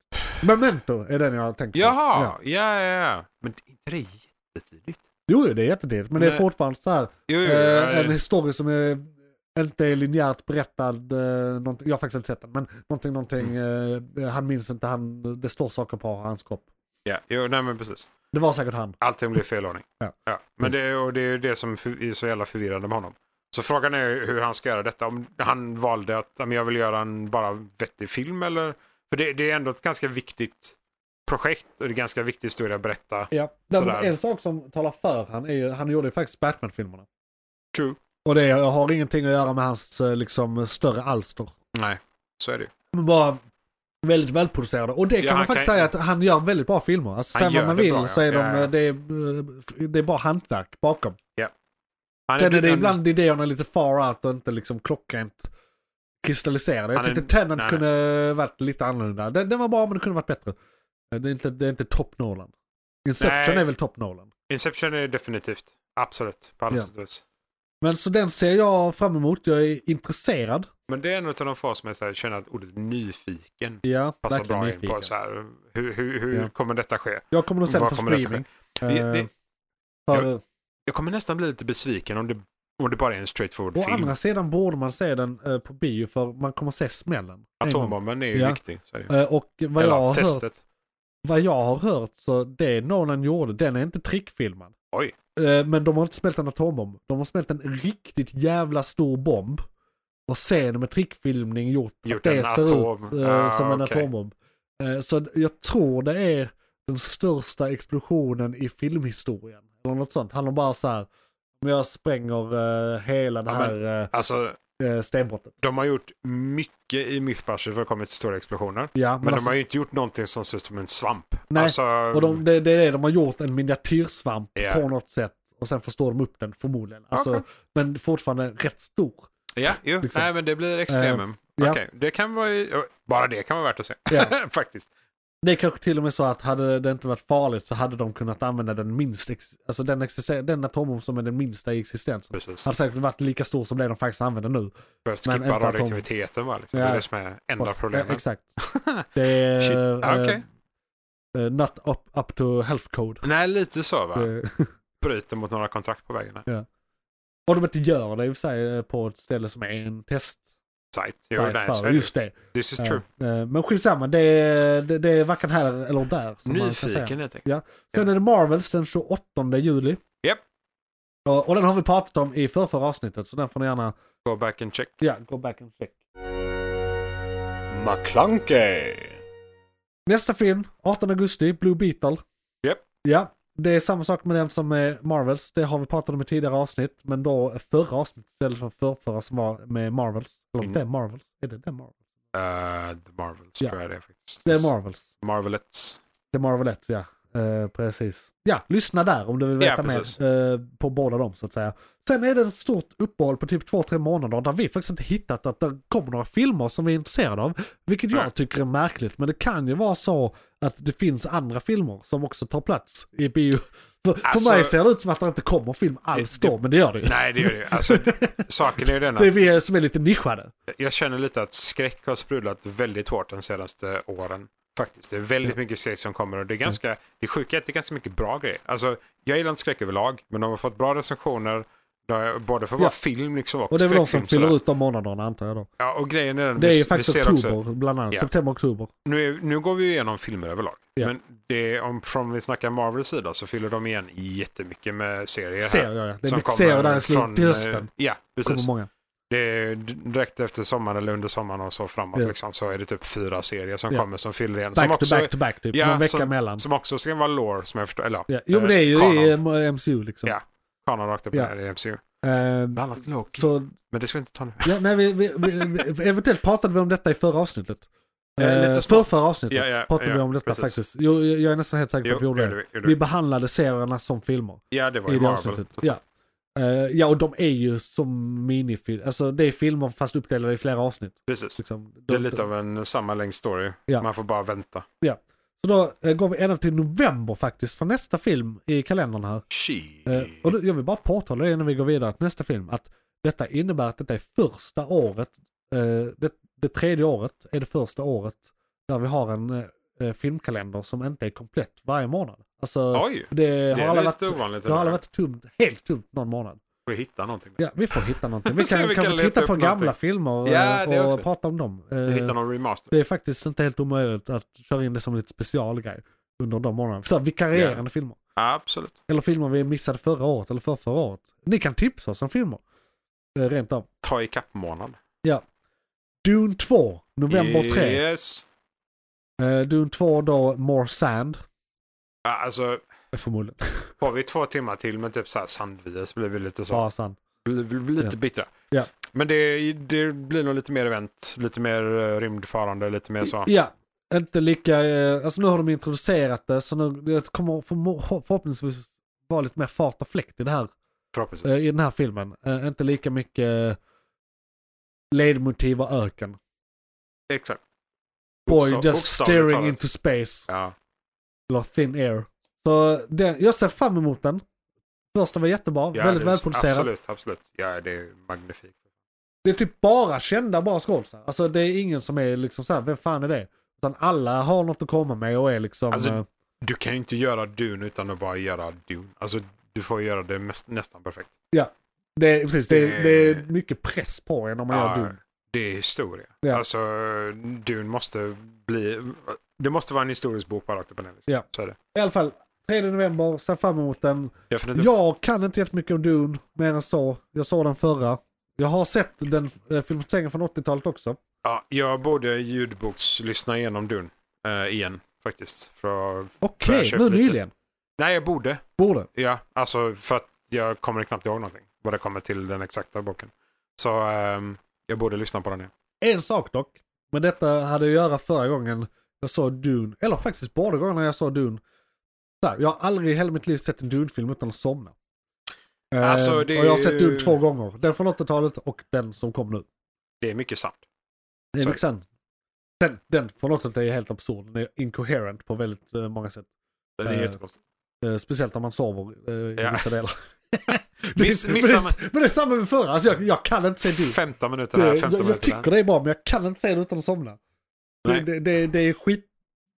S1: Memento är den jag tänker på. Ja.
S3: Jaha, ja, ja, ja. Men det är inte det jättetidigt?
S1: Jo, jo, det är jättetidigt. Men det är
S3: Nej.
S1: fortfarande så här,
S3: Jo, jo,
S1: Eh,
S3: ja,
S1: en historia som är, inte är linjärt berättad. Eh, någonting, jag har faktiskt inte sett den. Men någonting, någonting. Eh, han minns inte. Han, det står saker på hans kropp.
S3: ja, jo, nej men precis.
S1: Det var säkert han.
S3: Allting blir i fel ordning.
S1: Ja.
S3: Men det, och det är ju det som för- är så jävla förvirrande med honom. Så frågan är hur han ska göra detta. Om han valde att "Ja, men jag vill göra en bara vettig film eller? För det, det är ändå ett ganska viktigt projekt och det är en ganska viktig historia att berätta.
S1: Ja. Nej, men
S3: Sådär.
S1: en sak som talar för han är ju, han gjorde ju faktiskt Batman-filmerna.
S3: True.
S1: Och det har ingenting att göra med hans eh, liksom större alster.
S3: Nej, så är det ju.
S1: Men bara väldigt välproducerade. Och det kan
S3: Ja,
S1: man
S3: han
S1: faktiskt
S3: kan-
S1: säga att han gör väldigt bra filmer. Alltså,
S3: Han
S1: sen
S3: gör
S1: vad man
S3: det
S1: vill
S3: bra, ja.
S1: så är
S3: Ja,
S1: de,
S3: ja.
S1: det, är, eh, det är bara hantverk bakom.
S3: Han
S1: Sen är det
S3: en-
S1: ibland idéerna är lite far out och inte liksom klockrent kristalliserade. Jag
S3: Han är-
S1: tyckte Tenant
S3: nej, nej.
S1: kunde varit lite annorlunda. Den, den var bra men det kunde varit bättre. Eh, Det är inte, det är inte top Nolan. Inception
S3: Nej.
S1: är väl top Nolan.
S3: Inception är definitivt. Absolut. På alla
S1: Ja.
S3: sätt och vis.
S1: Men så den ser jag fram emot. Jag är intresserad.
S3: Men det är en av de få som jag så här, känner att ordet nyfiken
S1: Ja,
S3: passar
S1: verkligen
S3: bra in
S1: nyfiken.
S3: på. Så här, hur hur, hur
S1: Ja.
S3: kommer detta ske?
S1: Jag kommer nog sen
S3: Vad
S1: på
S3: kommer detta
S1: streaming.
S3: ske?
S1: Eh,
S3: Det- det-
S1: för,
S3: Jag kommer nästan bli lite besviken om det, om det bara är en straightforward
S1: Å
S3: film.
S1: andra sidan borde man se den eh, på bio för man kommer se smällen. en gång.
S3: Atombomben är ju
S1: Ja.
S3: viktig. Så är det. ju.
S1: Eh, och vad jag,
S3: Eller
S1: har hört,
S3: testet.
S1: vad jag har hört så det Nolan gjorde, den är inte trickfilmad.
S3: Oj.
S1: Eh, men de har inte smält en atombomb. De har smält en riktigt jävla stor bomb. Och sen med trickfilmning gjort,
S3: Gjort
S1: att det
S3: en
S1: ser
S3: atom.
S1: ut eh,
S3: Ah,
S1: som en
S3: okej.
S1: atombomb. Eh, så jag tror det är den största explosionen i filmhistorien. Eller något sånt. Handlar bara så här. Om jag spränger eh, hela det
S3: Ja,
S1: här
S3: men- Alltså,
S1: eh, eh, stenbrottet.
S3: de har gjort mycket i Mythbusters för att komma till stora explosioner.
S1: Ja,
S3: Men, de har ju inte gjort någonting som ser ut som en svamp.
S1: alltså- Nej,
S3: Alltså,
S1: Och de, det, det är det, de har gjort en miniatyrsvamp
S3: Ja.
S1: på något sätt. Och sen förstår de upp den förmodligen. Alltså,
S3: Okej.
S1: Men fortfarande rätt stor.
S3: ja, jo,
S1: liksom. Eh,
S3: nej, men det blir extremum.
S1: ja.
S3: Okej, det kan vara, ju- bara det kan vara värt att se.
S1: Ja.
S3: Faktiskt.
S1: Det är kanske till och med så att hade det inte varit farligt så hade de kunnat använda den minst, ex, alltså den, exister, den atombomb som är den minsta i existensen.
S3: Precis.
S1: Hade säkert varit lika stor som det de faktiskt använder nu.
S3: Behövt
S1: Alltså, men
S3: skippa
S1: en platon-
S3: radioaktiviteten bara. Liksom. Det
S1: Ja.
S3: är det som är enda
S1: Fast- eh,
S3: problemet.
S1: Exakt. Det är...
S3: Shit. Ah,
S1: eh,
S3: okej.
S1: eh, not up, up to health code.
S3: Nej, lite så va.
S1: Eh,
S3: Bryter mot några kontrakt på vägen.
S1: Om de inte gör det i och för sig eh, på ett ställe som är en test.
S3: Sajt. Jo,
S1: site
S3: nej, så
S1: för
S3: är det.
S1: just det.
S3: This is
S1: Eh,
S3: true.
S1: eh, Men skitsamma, det är, det, det är varken här eller där. Som man kan säga.
S3: Nyfiken helt enkelt.
S1: Sen är det Marvels den 28 juli.
S3: Japp.
S1: Och, och den har vi pratat om i förrförra avsnittet, så den får ni gärna
S3: Go back and check.
S1: ja, go back and check.
S3: McClunkey.
S1: Nästa film, 18 augusti, Blue Beetle.
S3: Japp.
S1: Ja, det är samma sak med den som med Marvels. Det har vi pratat om i tidigare avsnitt, men då förra avsnittet istället för förrförra som var med Marvels. Eller
S3: Mm.
S1: det är Marvels. Är det det är Marvels?
S3: Eh, the Marvels
S1: Ja.
S3: tror jag det är faktiskt.
S1: Det är Marvels.
S3: Marvelettes.
S1: Det är Marvelettes, ja. Eh, precis. Ja, lyssna där om du vill
S3: Ja,
S1: veta
S3: precis.
S1: mer eh, på båda dem så att säga. Sen är det ett stort uppehåll på typ två, tre månader där vi faktiskt inte hittat att det kommer några filmer som vi är intresserade av. Vilket jag
S3: Nej.
S1: tycker är märkligt, men det kan ju vara så att det finns andra filmer som också tar plats i bio. För,
S3: Alltså-
S1: för mig ser det ut som att det inte kommer film alls
S3: Det- det-
S1: då, men det gör det ju.
S3: Nej, det är det ju. Alltså, saken är ju den
S1: Det är
S3: att
S1: vi som är lite nischade.
S3: jag känner lite att skräck har sprudlat väldigt hårt de senaste åren. Faktiskt. Det är väldigt mycket skräck som kommer och det är ganska, det sjuka är att det är ganska mycket bra grejer. Alltså, jag gillar inte skräck överlag, men de har fått bra recensioner. där- Både för att
S1: Ja.
S3: vara film liksom och,
S1: Och det är väl de som
S3: skräckfilm,
S1: fyller
S3: sådär.
S1: ut de månaderna antar jag då.
S3: Ja, och grejen är den,
S1: Det är
S3: vi-
S1: ju
S3: vi
S1: faktiskt
S3: ser också-
S1: oktober bland annat.
S3: Ja.
S1: September, oktober.
S3: Nu, är- nu går vi ju igenom filmer överlag.
S1: Ja.
S3: Men det, är- om, från vi snackar Marvels sida så fyller de igen jättemycket med serier. här.
S1: Serier ja. Det är
S3: Som
S1: mycket
S3: kommer
S1: serier där i slutet
S3: från,
S1: till
S3: eh,
S1: hösten.
S3: Ja,
S1: kommer
S3: precis.
S1: många.
S3: Det är d- direkt efter sommaren eller under sommaren och så framåt
S1: Ja.
S3: liksom, så är det typ fyra serier som
S1: Ja.
S3: kommer som fyller igen.
S1: Back
S3: som,
S1: to
S3: också,
S1: back to back typ.
S3: Ja,
S1: Någon vecka
S3: som-
S1: emellan.
S3: som också ska vara lore som jag förstår. Eller
S1: ja. Jo men det är ju i eh, MCU liksom.
S3: Ja. kanon rakt upp
S1: Ja.
S3: ner i MCU.
S1: Ehm,
S3: Bland annat Loki.
S1: så
S3: Men det ska vi inte ta nu.
S1: ja, nej, vi, vi, vi, vi, eventuellt pratade vi om detta i förra avsnittet.
S3: Ja, lite
S1: Eh,
S3: smart.
S1: för förra avsnittet
S3: Ja, ja,
S1: pratade
S3: ja,
S1: vi om detta
S3: precis.
S1: faktiskt. Jo, jag jag är nästan helt säker på
S3: Jo,
S1: att vi gjorde det.
S3: vi, gjorde
S1: Vi
S3: vi.
S1: behandlade serierna som filmer
S3: Ja, det var
S1: i
S3: ju
S1: det
S3: Marvel.
S1: avsnittet. Ja. Eh, ja, och de är ju som minifilmer. Alltså det är filmer fast uppdelade i flera avsnitt.
S3: Precis.
S1: Liksom.
S3: Det är lite av en sammanlängd story.
S1: Ja.
S3: Man får bara vänta.
S1: Så då eh, går vi ända till november faktiskt för nästa film i kalendern här.
S3: She.
S1: Eh, och då, jag vill bara påtala det innan vi går vidare till nästa film. Att detta innebär att detta är första året, eh, det, det tredje året är det första året där vi har en eh, eh, filmkalender som inte är komplett varje månad. Alltså
S3: Oj,
S1: det,
S3: det
S1: har
S3: är
S1: alla
S3: lite
S1: varit,
S3: ovanligt.
S1: det har alla
S3: ändå.
S1: varit tomt, helt tomt någon månad.
S3: Får vi hitta någonting.
S1: Ja, vi får hitta någonting. Vi
S3: Se om
S1: kan,
S3: vi
S1: kan
S3: kan leta
S1: titta
S3: upp
S1: på gamla
S3: någonting.
S1: filmer eh,
S3: Ja, det
S1: och
S3: också.
S1: prata om dem.
S3: Vi
S1: Eh,
S3: hittar någon remaster.
S1: det är faktiskt inte helt omöjligt att köra in det som lite specialgrej under de månaderna. Så här, vikarierande filmer.
S3: Absolut.
S1: Eller filmer vi missade förra året eller förra, året. Ni kan tipsa oss om filmer. eh, rent av.
S3: Ta ikapp månad.
S1: Dune 2, november 3.
S3: Yes.
S1: Eh, Dune 2 då, More Sand, Eh,
S3: Ja, Alltså,
S1: förmodligen.
S3: har vi två timmar till med typ så här sandvyer så blir vi lite så.
S1: Bara sand.
S3: Blir, blir blir lite
S1: Ja.
S3: bittra.
S1: Ja.
S3: Men det, det blir nog lite mer event, lite mer eh, rymdfarande, lite mer så.
S1: Ja, inte lika... eh, Alltså nu har de introducerat det så nu det kommer förmo- förhoppningsvis vara lite mer fart och fläkt i, det här,
S3: Förhoppningsvis.
S1: eh, i den här filmen. Eh, Inte lika mycket eh, ledmotiv och öken.
S3: Exakt.
S1: Boy just
S3: Bokstav- bokstavligt
S1: staring
S3: talat.
S1: into space.
S3: Ja.
S1: Eller thin air. Så den, jag ser fram emot den. Första var jättebra,
S3: Ja,
S1: väldigt
S3: det är-
S1: välproducerad.
S3: Absolut, absolut. Ja, det är magnifikt.
S1: Det är typ bara kända bara skådisar. Alltså det är ingen som är liksom såhär, vem fan är det? Utan alla har något att komma med och är liksom...
S3: Alltså,
S1: eh,
S3: Du kan ju inte göra Dune utan att bara göra Dune. Alltså, du får göra det mest, nästan perfekt.
S1: det, är- precis, det, är-
S3: det-
S1: det är mycket press på en om man gör
S3: Ja,
S1: Dune.
S3: Det är historia.
S1: Ja.
S3: Alltså, Dune måste bli... Det måste vara en historisk bok bara rakt upp och ner. Liksom.
S1: Ja.
S3: Så är det.
S1: I alla fall, 3 november, ser fram emot den.
S3: Definitivt.
S1: Jag kan inte jättemycket om Dune, mer än så. Jag såg den förra. Jag har sett den eh, filmatiseringen från 80-talet också.
S3: Ja, jag borde ljudbokslyssna igenom Dune eh, igen faktiskt. För,
S1: Okej,
S3: köpt
S1: nu
S3: lite.
S1: nyligen.
S3: nej, jag borde.
S1: Borde.
S3: Ja, alltså för att jag kommer knappt ihåg någonting. Vad det kommer till den exakta boken. Så ehm, jag borde lyssna på den igen.
S1: En sak dock, men detta hade jag göra förra gången jag såg Dune, eller faktiskt båda gångerna jag såg Dune. Så här, jag har aldrig i hela mitt liv sett en Dune-film utan att somna. Eh,
S3: Alltså, det
S1: och jag har
S3: är
S1: sett
S3: ju-
S1: Dune två gånger. Den från 80-talet och den som kom nu.
S3: Det är mycket sant.
S1: Det är
S3: Så-
S1: mycket sant. Den, den från 80-talet är helt absurd. Den är incoherent på väldigt eh, många sätt.
S3: Det är
S1: Eh,
S3: jättekonstigt.
S1: Eh, speciellt när man sover eh, i
S3: Ja.
S1: vissa delar.
S3: Miss-
S1: men, det,
S3: missar man-
S1: är- men det är samma med förra. Alltså, jag, jag kan inte se Dune.
S3: 15 minuter
S1: Det,
S3: här, 15
S1: jag, jag
S3: minuter
S1: tycker
S3: där.
S1: det är bra men jag kan inte se det utan att somna. Det,
S3: Nej.
S1: det, det, det är skit...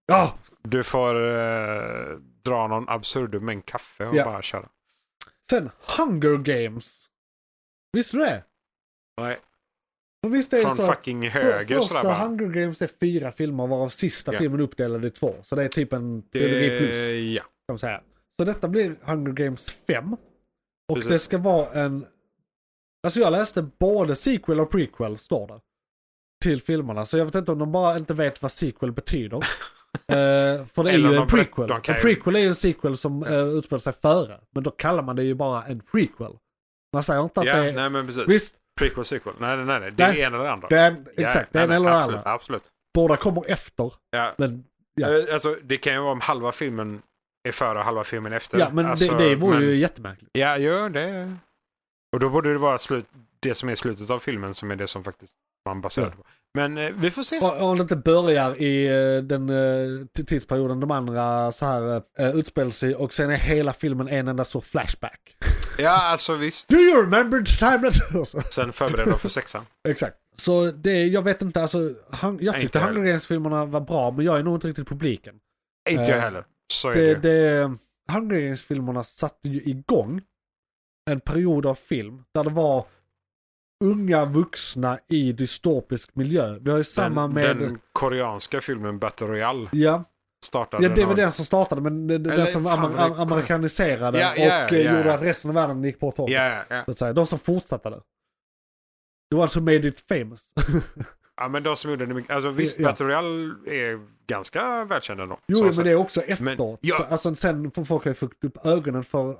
S1: Ja!
S3: Du får eh, dra någon absurd mängd kaffe och
S1: Ja.
S3: bara köra.
S1: Sen Hunger Games. Visste du det?
S3: Nej,
S1: För visst är det
S3: från
S1: så att
S3: fucking
S1: för-
S3: höger
S1: första
S3: sådär bara.
S1: Hunger Games är fyra filmer varav sista
S3: Ja.
S1: filmen är uppdelad i två. Så det är typ en
S3: Det,
S1: trilogi plus
S3: ja,
S1: kan man säga. Så detta blir Hunger Games 5. Och
S3: Precis.
S1: det ska vara en... Alltså jag läste både sequel och prequel står det. Till filmerna. Så jag vet inte om de bara inte vet vad sequel betyder. Eh, för det är
S3: Eller
S1: ju
S3: om
S1: en
S3: de berätt-
S1: prequel.
S3: de kan
S1: En
S3: ju-
S1: prequel är ju en sequel som uh, utspelar sig före. Men då kallar man det ju bara en prequel. Man säger inte att
S3: ja
S1: det är...
S3: nej men precis.
S1: Visst,
S3: Prequel, sequel. Nej, nej, nej, nej. Det är
S1: Nej.
S3: en eller andra.
S1: det är en,
S3: Ja,
S1: exakt, det är
S3: nej,
S1: en
S3: nej,
S1: eller
S3: absolut,
S1: annan.
S3: Absolut.
S1: Båda kommer efter.
S3: Ja.
S1: Men Ja.
S3: Eh, Alltså, det kan ju vara om halva filmen är före och halva filmen efter.
S1: ja, men
S3: alltså,
S1: det, det vore
S3: men-
S1: ju jättemärkligt.
S3: Ja, jo, det... Och då borde det vara slut... det som är slutet av filmen som är det som faktiskt man baserar
S1: Ja.
S3: på. Men eh, vi får se.
S1: Och- och Om det inte börjar i eh, den eh, t- tidsperioden de andra så här uh, utspelar sig och sen är hela filmen en enda så flashback.
S3: Ja, alltså visst.
S1: Do you remember the time that... Och så-
S3: Sen förbereda för sexan.
S1: Exakt. Så det, jag vet inte, alltså, han, jag
S3: Nej,
S1: tyckte
S3: inte
S1: Hunger Games-filmerna var bra, men jag är nog inte riktigt publiken.
S3: Inte jag
S1: Eh,
S3: heller. Så är det,
S1: Det,
S3: ju.
S1: det, Hunger Games-filmerna satte ju igång en period av film där det var unga vuxna i dystopisk miljö. Vi har ju samma
S3: den,
S1: med...
S3: den koreanska filmen Battle Royale
S1: ja,
S3: startade
S1: ja, det var
S3: någon-
S1: den som startade, men det- det- den
S3: Eller
S1: som
S3: fan,
S1: amer,
S3: det kom-
S1: amerikaniserade
S3: Ja, ja,
S1: och eh,
S3: ja,
S1: gjorde
S3: ja.
S1: att resten av världen gick på torget.
S3: Ja, ja.
S1: Så att säga. De som fortsatte det. The ones who alltså made it famous.
S3: ja, men de som gjorde det mycket. Alltså visst,
S1: Ja.
S3: Battle Royale är ganska välkänd ändå.
S1: Jo,
S3: Så-
S1: men
S3: så-
S1: det är också efteråt.
S3: Men- ja.
S1: så, alltså, sen får folk ju fått upp ögonen för,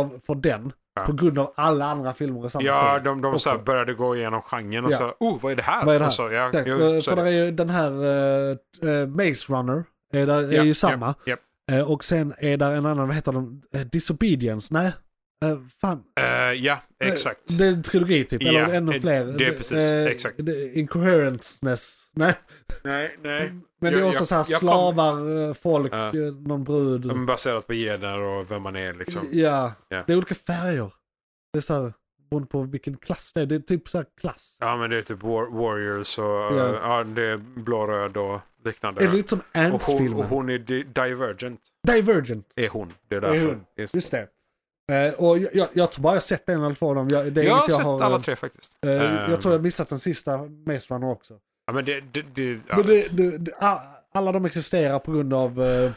S1: av, för den.
S3: Ja.
S1: På grund av alla andra filmer i samma
S3: Ja,
S1: serie.
S3: de, de så här
S1: också.
S3: började gå igenom genren och
S1: Ja.
S3: så, oh, vad är det här?
S1: Vad är det här?
S3: Och så, ja,
S1: Exakt,
S3: jo,
S1: eh,
S3: så
S1: för
S3: är
S1: det
S3: det.
S1: är ju den här eh, eh, Maze Runner. Är, där,
S3: Ja,
S1: är ju
S3: ja,
S1: samma.
S3: ja.
S1: Eh, och sen är där en annan, vad heter den? Eh, Disobedience? Nej. Eh, fan.
S3: Eh, ja,
S1: Eh,
S3: exakt.
S1: Det är en trilogi typ,
S3: Ja,
S1: eller ännu
S3: eh,
S1: fler.
S3: det är precis,
S1: Eh,
S3: exakt.
S1: det- Incoherentness. Nej,
S3: Nej, nej.
S1: men det är
S3: Jag-
S1: också
S3: jag-
S1: så här
S3: jag kom-
S1: slavar, eh, folk,
S3: Ja.
S1: eh, någon brud.
S3: De är baserat på gener och vem man är liksom.
S1: Ja,
S3: Ja.
S1: det är olika färger. Det är så här, beroende på vilken klass det är. Det är typ så här klass.
S3: Ja, men det är typ war warriors och eh,
S1: Ja.
S3: ja. det är blå-röd och
S1: Det är
S3: liknande.
S1: lite som
S3: Och hon, och
S1: Ants-filmen.
S3: hon är di divergent.
S1: Divergent,
S3: Är hon. Det är
S1: Är
S3: därför.
S1: hon.
S3: Just.
S1: just det. Eh, och jag, jag, jag tror bara jag har sett en eller två av dem. Jag, det är
S3: Jag har
S1: inget
S3: sett
S1: jag har,
S3: alla
S1: eh,
S3: tre faktiskt.
S1: eh,
S3: Ehm,
S1: jag tror jag missat den sista Maze Runner också.
S3: ja, men det, det, det, ja.
S1: Men det, det, det, a- alla de existerar på grund av... eh,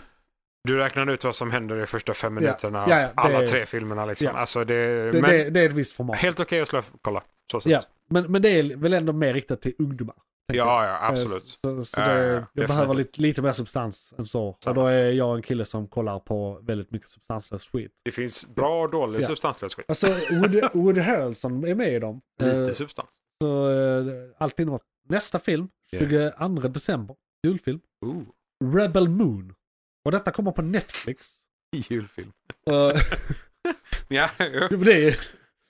S3: Du räknar ut vad som händer i första fem minuterna.
S1: Ja, ja, det-
S3: alla tre filmerna liksom.
S1: Ja.
S3: Alltså det,
S1: det,
S3: men
S1: det, det är ett visst format.
S3: helt okej att slå, kolla. Så sätt.
S1: Ja, men, men det är väl ändå mer riktat till ungdomar? tänker jag. Eh,
S3: ja, ja, absolut.
S1: Så, så
S3: Ja,
S1: det,
S3: ja, ja.
S1: jag
S3: Definitivt.
S1: behöver lite, lite mer substans än så. Och
S3: Samma.
S1: då är jag en kille som kollar på väldigt mycket substanslös skit.
S3: Det finns bra och dålig
S1: Ja.
S3: substanslös skit.
S1: Alltså Woody, Woody Harrelson är med i dem. Eh,
S3: Lite substans.
S1: så eh, alltid något. Nästa film,
S3: Ja.
S1: 22 december, julfilm.
S3: Ooh,
S1: Rebel Moon. Och detta kommer på Netflix.
S3: julfilm.
S1: Eh,
S3: Ja, ja,
S1: det är,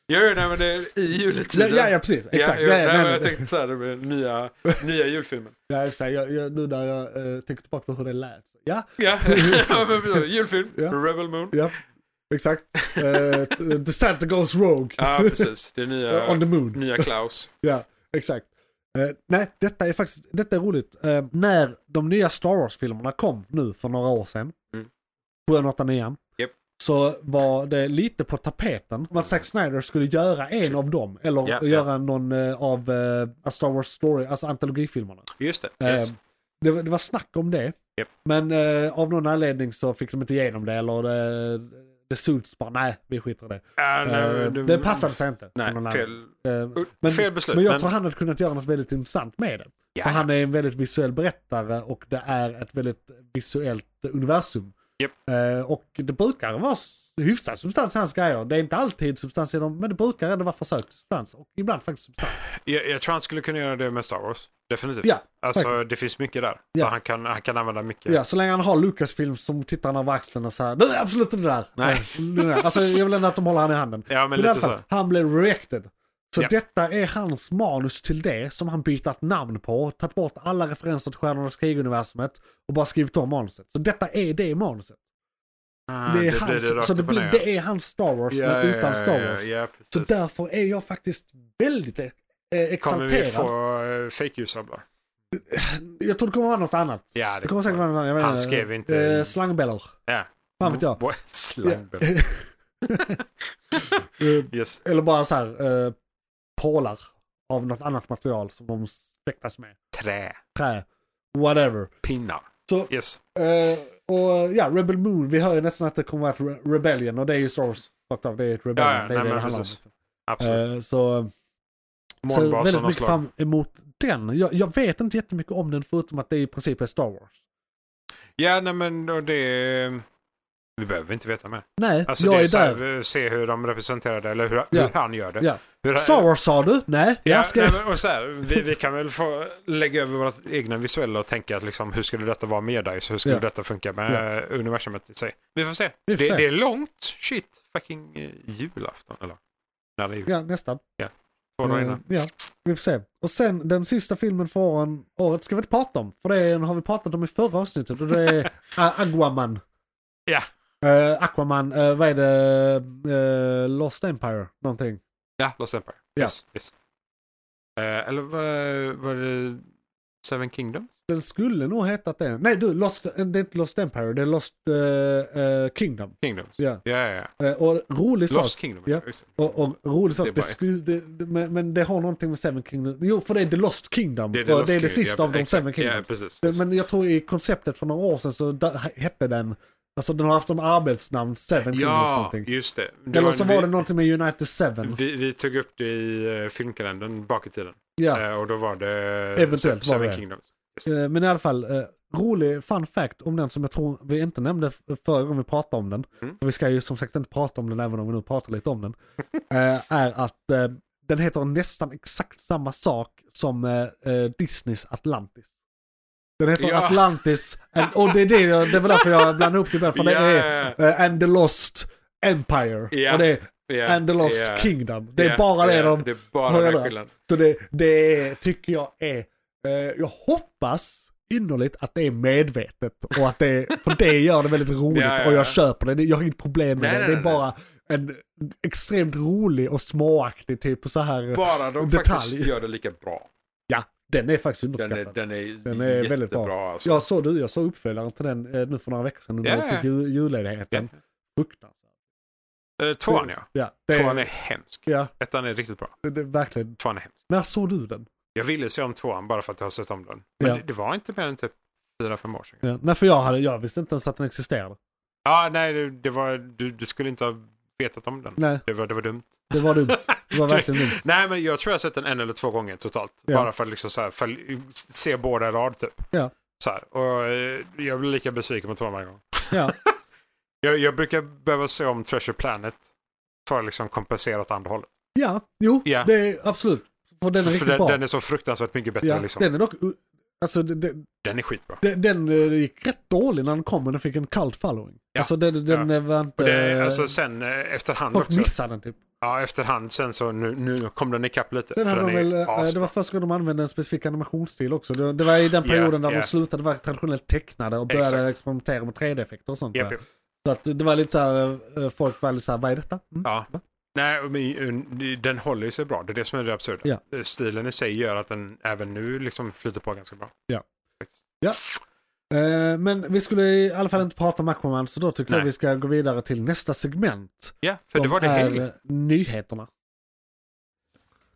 S3: ja, nej, men det är i
S1: ja,
S3: juletiden.
S1: ja, ja, precis. Exakt.
S3: Ja,
S1: Nej,
S3: ja, nej,
S1: nej,
S3: men jag
S1: nej.
S3: tänkte så här, det blir nya, nya julfilmen.
S1: Ja, exakt. Jag, jag, nu när jag eh, tänker tillbaka på hur det lät. så- Ja,
S3: Ja, ja, men precis. julfilm,
S1: Ja.
S3: Rebel Moon.
S1: ja. Exakt. Eh, t- the Santa Goes Rogue.
S3: Ja, precis. Det är
S1: Eh, On
S3: nya,
S1: the Moon.
S3: nya Klaus.
S1: Ja, exakt. Eh, nej, detta är faktiskt detta är roligt. Eh, när de nya Star Wars-filmerna kom nu för några år sedan,
S3: Mm.
S1: sjuan, åttan, nian,
S3: Japp.
S1: så var det lite på tapeten om att Zack Snyder skulle göra en av dem, eller
S3: Ja, ja.
S1: göra någon eh, av eh, A Star Wars Story, alltså antologifilmerna.
S3: Just det. Yes.
S1: Eh, det, var- det var snack om det.
S3: Japp.
S1: Men eh, av någon anledning så fick de inte igenom det, eller det, det suits bara, nej, vi skiter i det.
S3: Ja, nej,
S1: Eh,
S3: du-
S1: det passade sig inte. av någon
S3: Nej,
S1: anledning.
S3: fel,
S1: Eh,
S3: men, fel beslut.
S1: men jag tror han hade kunnat göra något väldigt intressant med det.
S3: ja,
S1: För han är en väldigt visuell berättare och det är ett väldigt visuellt universum.
S3: Japp.
S1: Eh, och det brukar vara s- hyfsad substans i hans grejer. Det är inte alltid substans i dem, men det brukar ändå vara försök till substans. Och ibland faktiskt substans.
S3: jag, jag tror han skulle kunna göra det med Star Wars. Definitivt.
S1: Ja,
S3: alltså,
S1: faktiskt.
S3: det finns mycket där.
S1: Ja.
S3: Så Han, kan, han kan använda mycket.
S1: Ja, så länge han har Lucasfilm som tittar han över axeln och säger nej absolut inte det där.
S3: Nej.
S1: Eh, det där. Alltså jag vill ändå att de håller han i handen.
S3: Ja, men
S1: I alla
S3: lite så.
S1: fall, Han blev reacted. Så
S3: Ja.
S1: detta är hans manus till det som han bytt namn på, tagit bort alla referenser till Stjärnornas krig-universumet och bara skrivit om manuset. Så detta är det manuset.
S3: Ah,
S1: det är
S3: blir
S1: hans,
S3: rakt
S1: så det,
S3: upp och
S1: blir,
S3: ner.
S1: det är hans Star Wars
S3: Ja,
S1: men
S3: ja,
S1: utan Star
S3: ja,
S1: Wars.
S3: Ja, precis.
S1: Så därför är jag faktiskt väldigt eh,
S3: Kommer vi
S1: exalterad.
S3: få uh, fake-ljusablar?
S1: Jag tror det kommer vara något annat.
S3: Ja,
S1: Det kommer säkert vara något annat. Jag vet
S3: Han
S1: inte.
S3: skrev inte- Mm.
S1: Eh, slangbellor.
S3: Ja.
S1: Fan vet jag.
S3: What? Slamber.
S1: Eh,
S3: Yes.
S1: Eller bara så här eh, pålar av något annat material som de späktas med.
S3: Trä.
S1: Trä, whatever.
S3: Pinnar.
S1: Så,
S3: Yes.
S1: eh, och ja, Rebel Moon, vi hör ju nästan att det kommer att vara Re- Rebellion och det är ju Star Wars rakt av, det är ett Rebellion.
S3: Ja, ja,
S1: det är
S3: nej,
S1: det
S3: men
S1: det handlar om.
S3: precis. Absolut.
S1: Eh, så, så
S3: Månbas av
S1: väldigt
S3: något
S1: mycket
S3: slag.
S1: fram emot den. Jag, jag vet inte jättemycket om den förutom att det i princip är Star Wars.
S3: Ja, nej men då det... Vi behöver inte veta mer.
S1: Nej,
S3: Alltså
S1: jag
S3: det
S1: är,
S3: är så
S1: där.
S3: här, se hur de representerar det eller hur,
S1: Ja.
S3: hur han gör det.
S1: Ja.
S3: Hur,
S1: Star Wars sa du? Nej,
S3: Ja,
S1: jag ska...
S3: nej, men, och så här, vi, vi kan väl få lägga över våra egna visuella och tänka att liksom, hur skulle detta vara med dig? Så hur skulle
S1: Ja.
S3: detta funka med eh, universumet i sig? Vi får se.
S1: Vi får
S3: det,
S1: se.
S3: det är långt. Shit, fucking eh, julafton. Eller när det är jul.
S1: Ja, nästan.
S3: Två dagar
S1: Eh,
S3: innan.
S1: Ja, vi får se. Och sen den sista filmen för åren, året ska vi inte prata om. För det har vi pratat om i förra avsnittet och det är A- Aquaman.
S3: Ja.
S1: Eh, Aquaman, eh, vad är det? Eh, Lost Empire, någonting.
S3: Ja, Lost Empire.
S1: Ja.
S3: Yes, yes. Eh, eller var, var det Seven Kingdoms?
S1: Den skulle nog hetat det. Nej du, Lost, det är inte Lost Empire, det är Lost eh, eh, Kingdom.
S3: Kingdoms?
S1: Ja.
S3: Ja, ja, ja.
S1: Eh, och rolig sak.
S3: Lost Kingdom.
S1: Ja.
S3: just det.
S1: Och, och rolig sak,
S3: Det är
S1: det
S3: bara ett.
S1: skulle, det, det, men, men det har någonting med Seven Kingdom. Jo, för det är The Lost Kingdom.
S3: Det är
S1: Det
S3: The
S1: och
S3: Lost
S1: det är det
S3: Kingdom,
S1: sista
S3: ja,
S1: av de
S3: exakt.
S1: Seven Kingdoms.
S3: Ja, precis.
S1: Den- Men jag tror i konceptet för några år sedan så da- hette den, alltså den har haft som arbetsnamn Seven Kingdoms
S3: ja,
S1: någonting.
S3: just det. det
S1: Eller så
S3: en-
S1: var
S3: vi-
S1: det någonting med United Seven.
S3: Vi, vi tog upp det i eh, filmkalendern bak i tiden.
S1: ja.
S3: Eh, och då var det
S1: Eventuellt
S3: Seven
S1: var det.
S3: Kingdoms.
S1: Eh, Men i alla fall, eh, rolig fun fact om den som jag tror vi inte nämnde f- förra gången vi pratade om den.
S3: Mm.
S1: För Vi ska ju som sagt inte prata om den även om vi nu pratar lite om den. eh, Är att eh, den heter nästan exakt samma sak som eh, eh, Disneys Atlantis. Den heter
S3: Ja.
S1: Atlantis, and, och det är, det, jag- det är väl därför jag blandar ihop det ibland, för det är Eh, and the Lost Empire.
S3: Ja.
S1: Och det är
S3: yeah,
S1: And the Lost
S3: yeah,
S1: Kingdom. Det är
S3: yeah,
S1: bara det
S3: yeah,
S1: de...
S3: Det är bara
S1: har
S3: den
S1: rört.
S3: skillnaden.
S1: Så det, det tycker jag är... Eh, jag hoppas innerligt att det är medvetet. Och att det, för det gör det väldigt roligt
S3: Ja, ja,
S1: och
S3: ja.
S1: jag köper det. Det- Jag har inget problem med
S3: Nej,
S1: det.
S3: nej,
S1: det är
S3: nej,
S1: bara en extremt rolig och småaktig typ och så här...
S3: Bara de faktiskt
S1: Detalj.
S3: gör det lika bra.
S1: Ja, den är faktiskt
S3: Den är,
S1: underskattad.
S3: den är,
S1: Den är väldigt
S3: jättebra.
S1: bra.
S3: Alltså.
S1: Jag såg du, jag såg uppföljaren till den eh, nu för några veckor sedan under
S3: Ja, ja.
S1: yeah. jul, julledigheten. Fruktansvärt.
S3: Eh, tvåan ja.
S1: Ja, det,
S3: Tvåan är hemsk.
S1: ja,
S3: Ettan är riktigt bra.
S1: det, det, verkligen.
S3: Tvåan är hemsk.
S1: När såg du den?
S3: Jag ville se om tvåan bara för att jag har sett om den. Men
S1: Ja.
S3: det, det var inte mer än typ fyra, fem år sedan.
S1: Ja. Nej, för jag, hade, jag visste inte ens att den existerade.
S3: Ja, nej, det, det var, du, du skulle inte ha vetat om den.
S1: Nej,
S3: Det var, det var dumt.
S1: det var dumt. Det var verkligen dumt.
S3: Nej, men jag tror jag har sett den en eller två gånger totalt.
S1: Ja.
S3: Bara för att liksom så här, följ- se båda i rad typ.
S1: Ja.
S3: Så här. Och eh, jag blir lika besviken på tvåan varje gång.
S1: Ja.
S3: Jag, jag brukar behöva se om Treasure Planet för att liksom kompensera åt andra hållet.
S1: Ja, jo,
S3: Ja.
S1: det är absolut. För den är
S3: För- för
S1: riktigt
S3: den,
S1: bra.
S3: den är så fruktansvärt mycket bättre.
S1: ja,
S3: liksom. den...
S1: den är dock... Alltså, den,
S3: är skitbra.
S1: den, den eh, gick rätt dålig när den kom, men den fick en cult following.
S3: Ja.
S1: Alltså den, den var inte...
S3: Och det, alltså sen eh, efterhand
S1: folk
S3: också.
S1: missade den typ.
S3: Ja, efterhand sen så nu, nu kom den ikapp lite.
S1: Sen
S3: för
S1: hade de
S3: den
S1: väl,
S3: är
S1: eh, det
S3: asbra.
S1: var första gången de använde en specifik animationsstil också. Det, det var i den perioden där
S3: ja.
S1: de slutade vara traditionellt tecknade och började
S3: Exakt.
S1: experimentera med 3D-effekter och sånt.
S3: Japp,
S1: där.
S3: japp.
S1: Så att det var lite såhär, eh, folk var lite såhär, vad är detta? Mm.
S3: Ja. Nej, men eh, den håller ju sig bra. Det är det som är det absurda. Eh,
S1: Ja.
S3: Stilen i sig gör att den även nu liksom flyter på ganska bra.
S1: Ja.
S3: Faktiskt.
S1: Ja. Eh, Men vi skulle i alla fall inte prata om Aquaman, så då tycker
S3: Nej.
S1: jag vi ska gå vidare till nästa segment.
S3: Ja, för det
S1: som
S3: var det
S1: är
S3: helg.
S1: eh, nyheterna.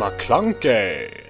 S3: McClunkey.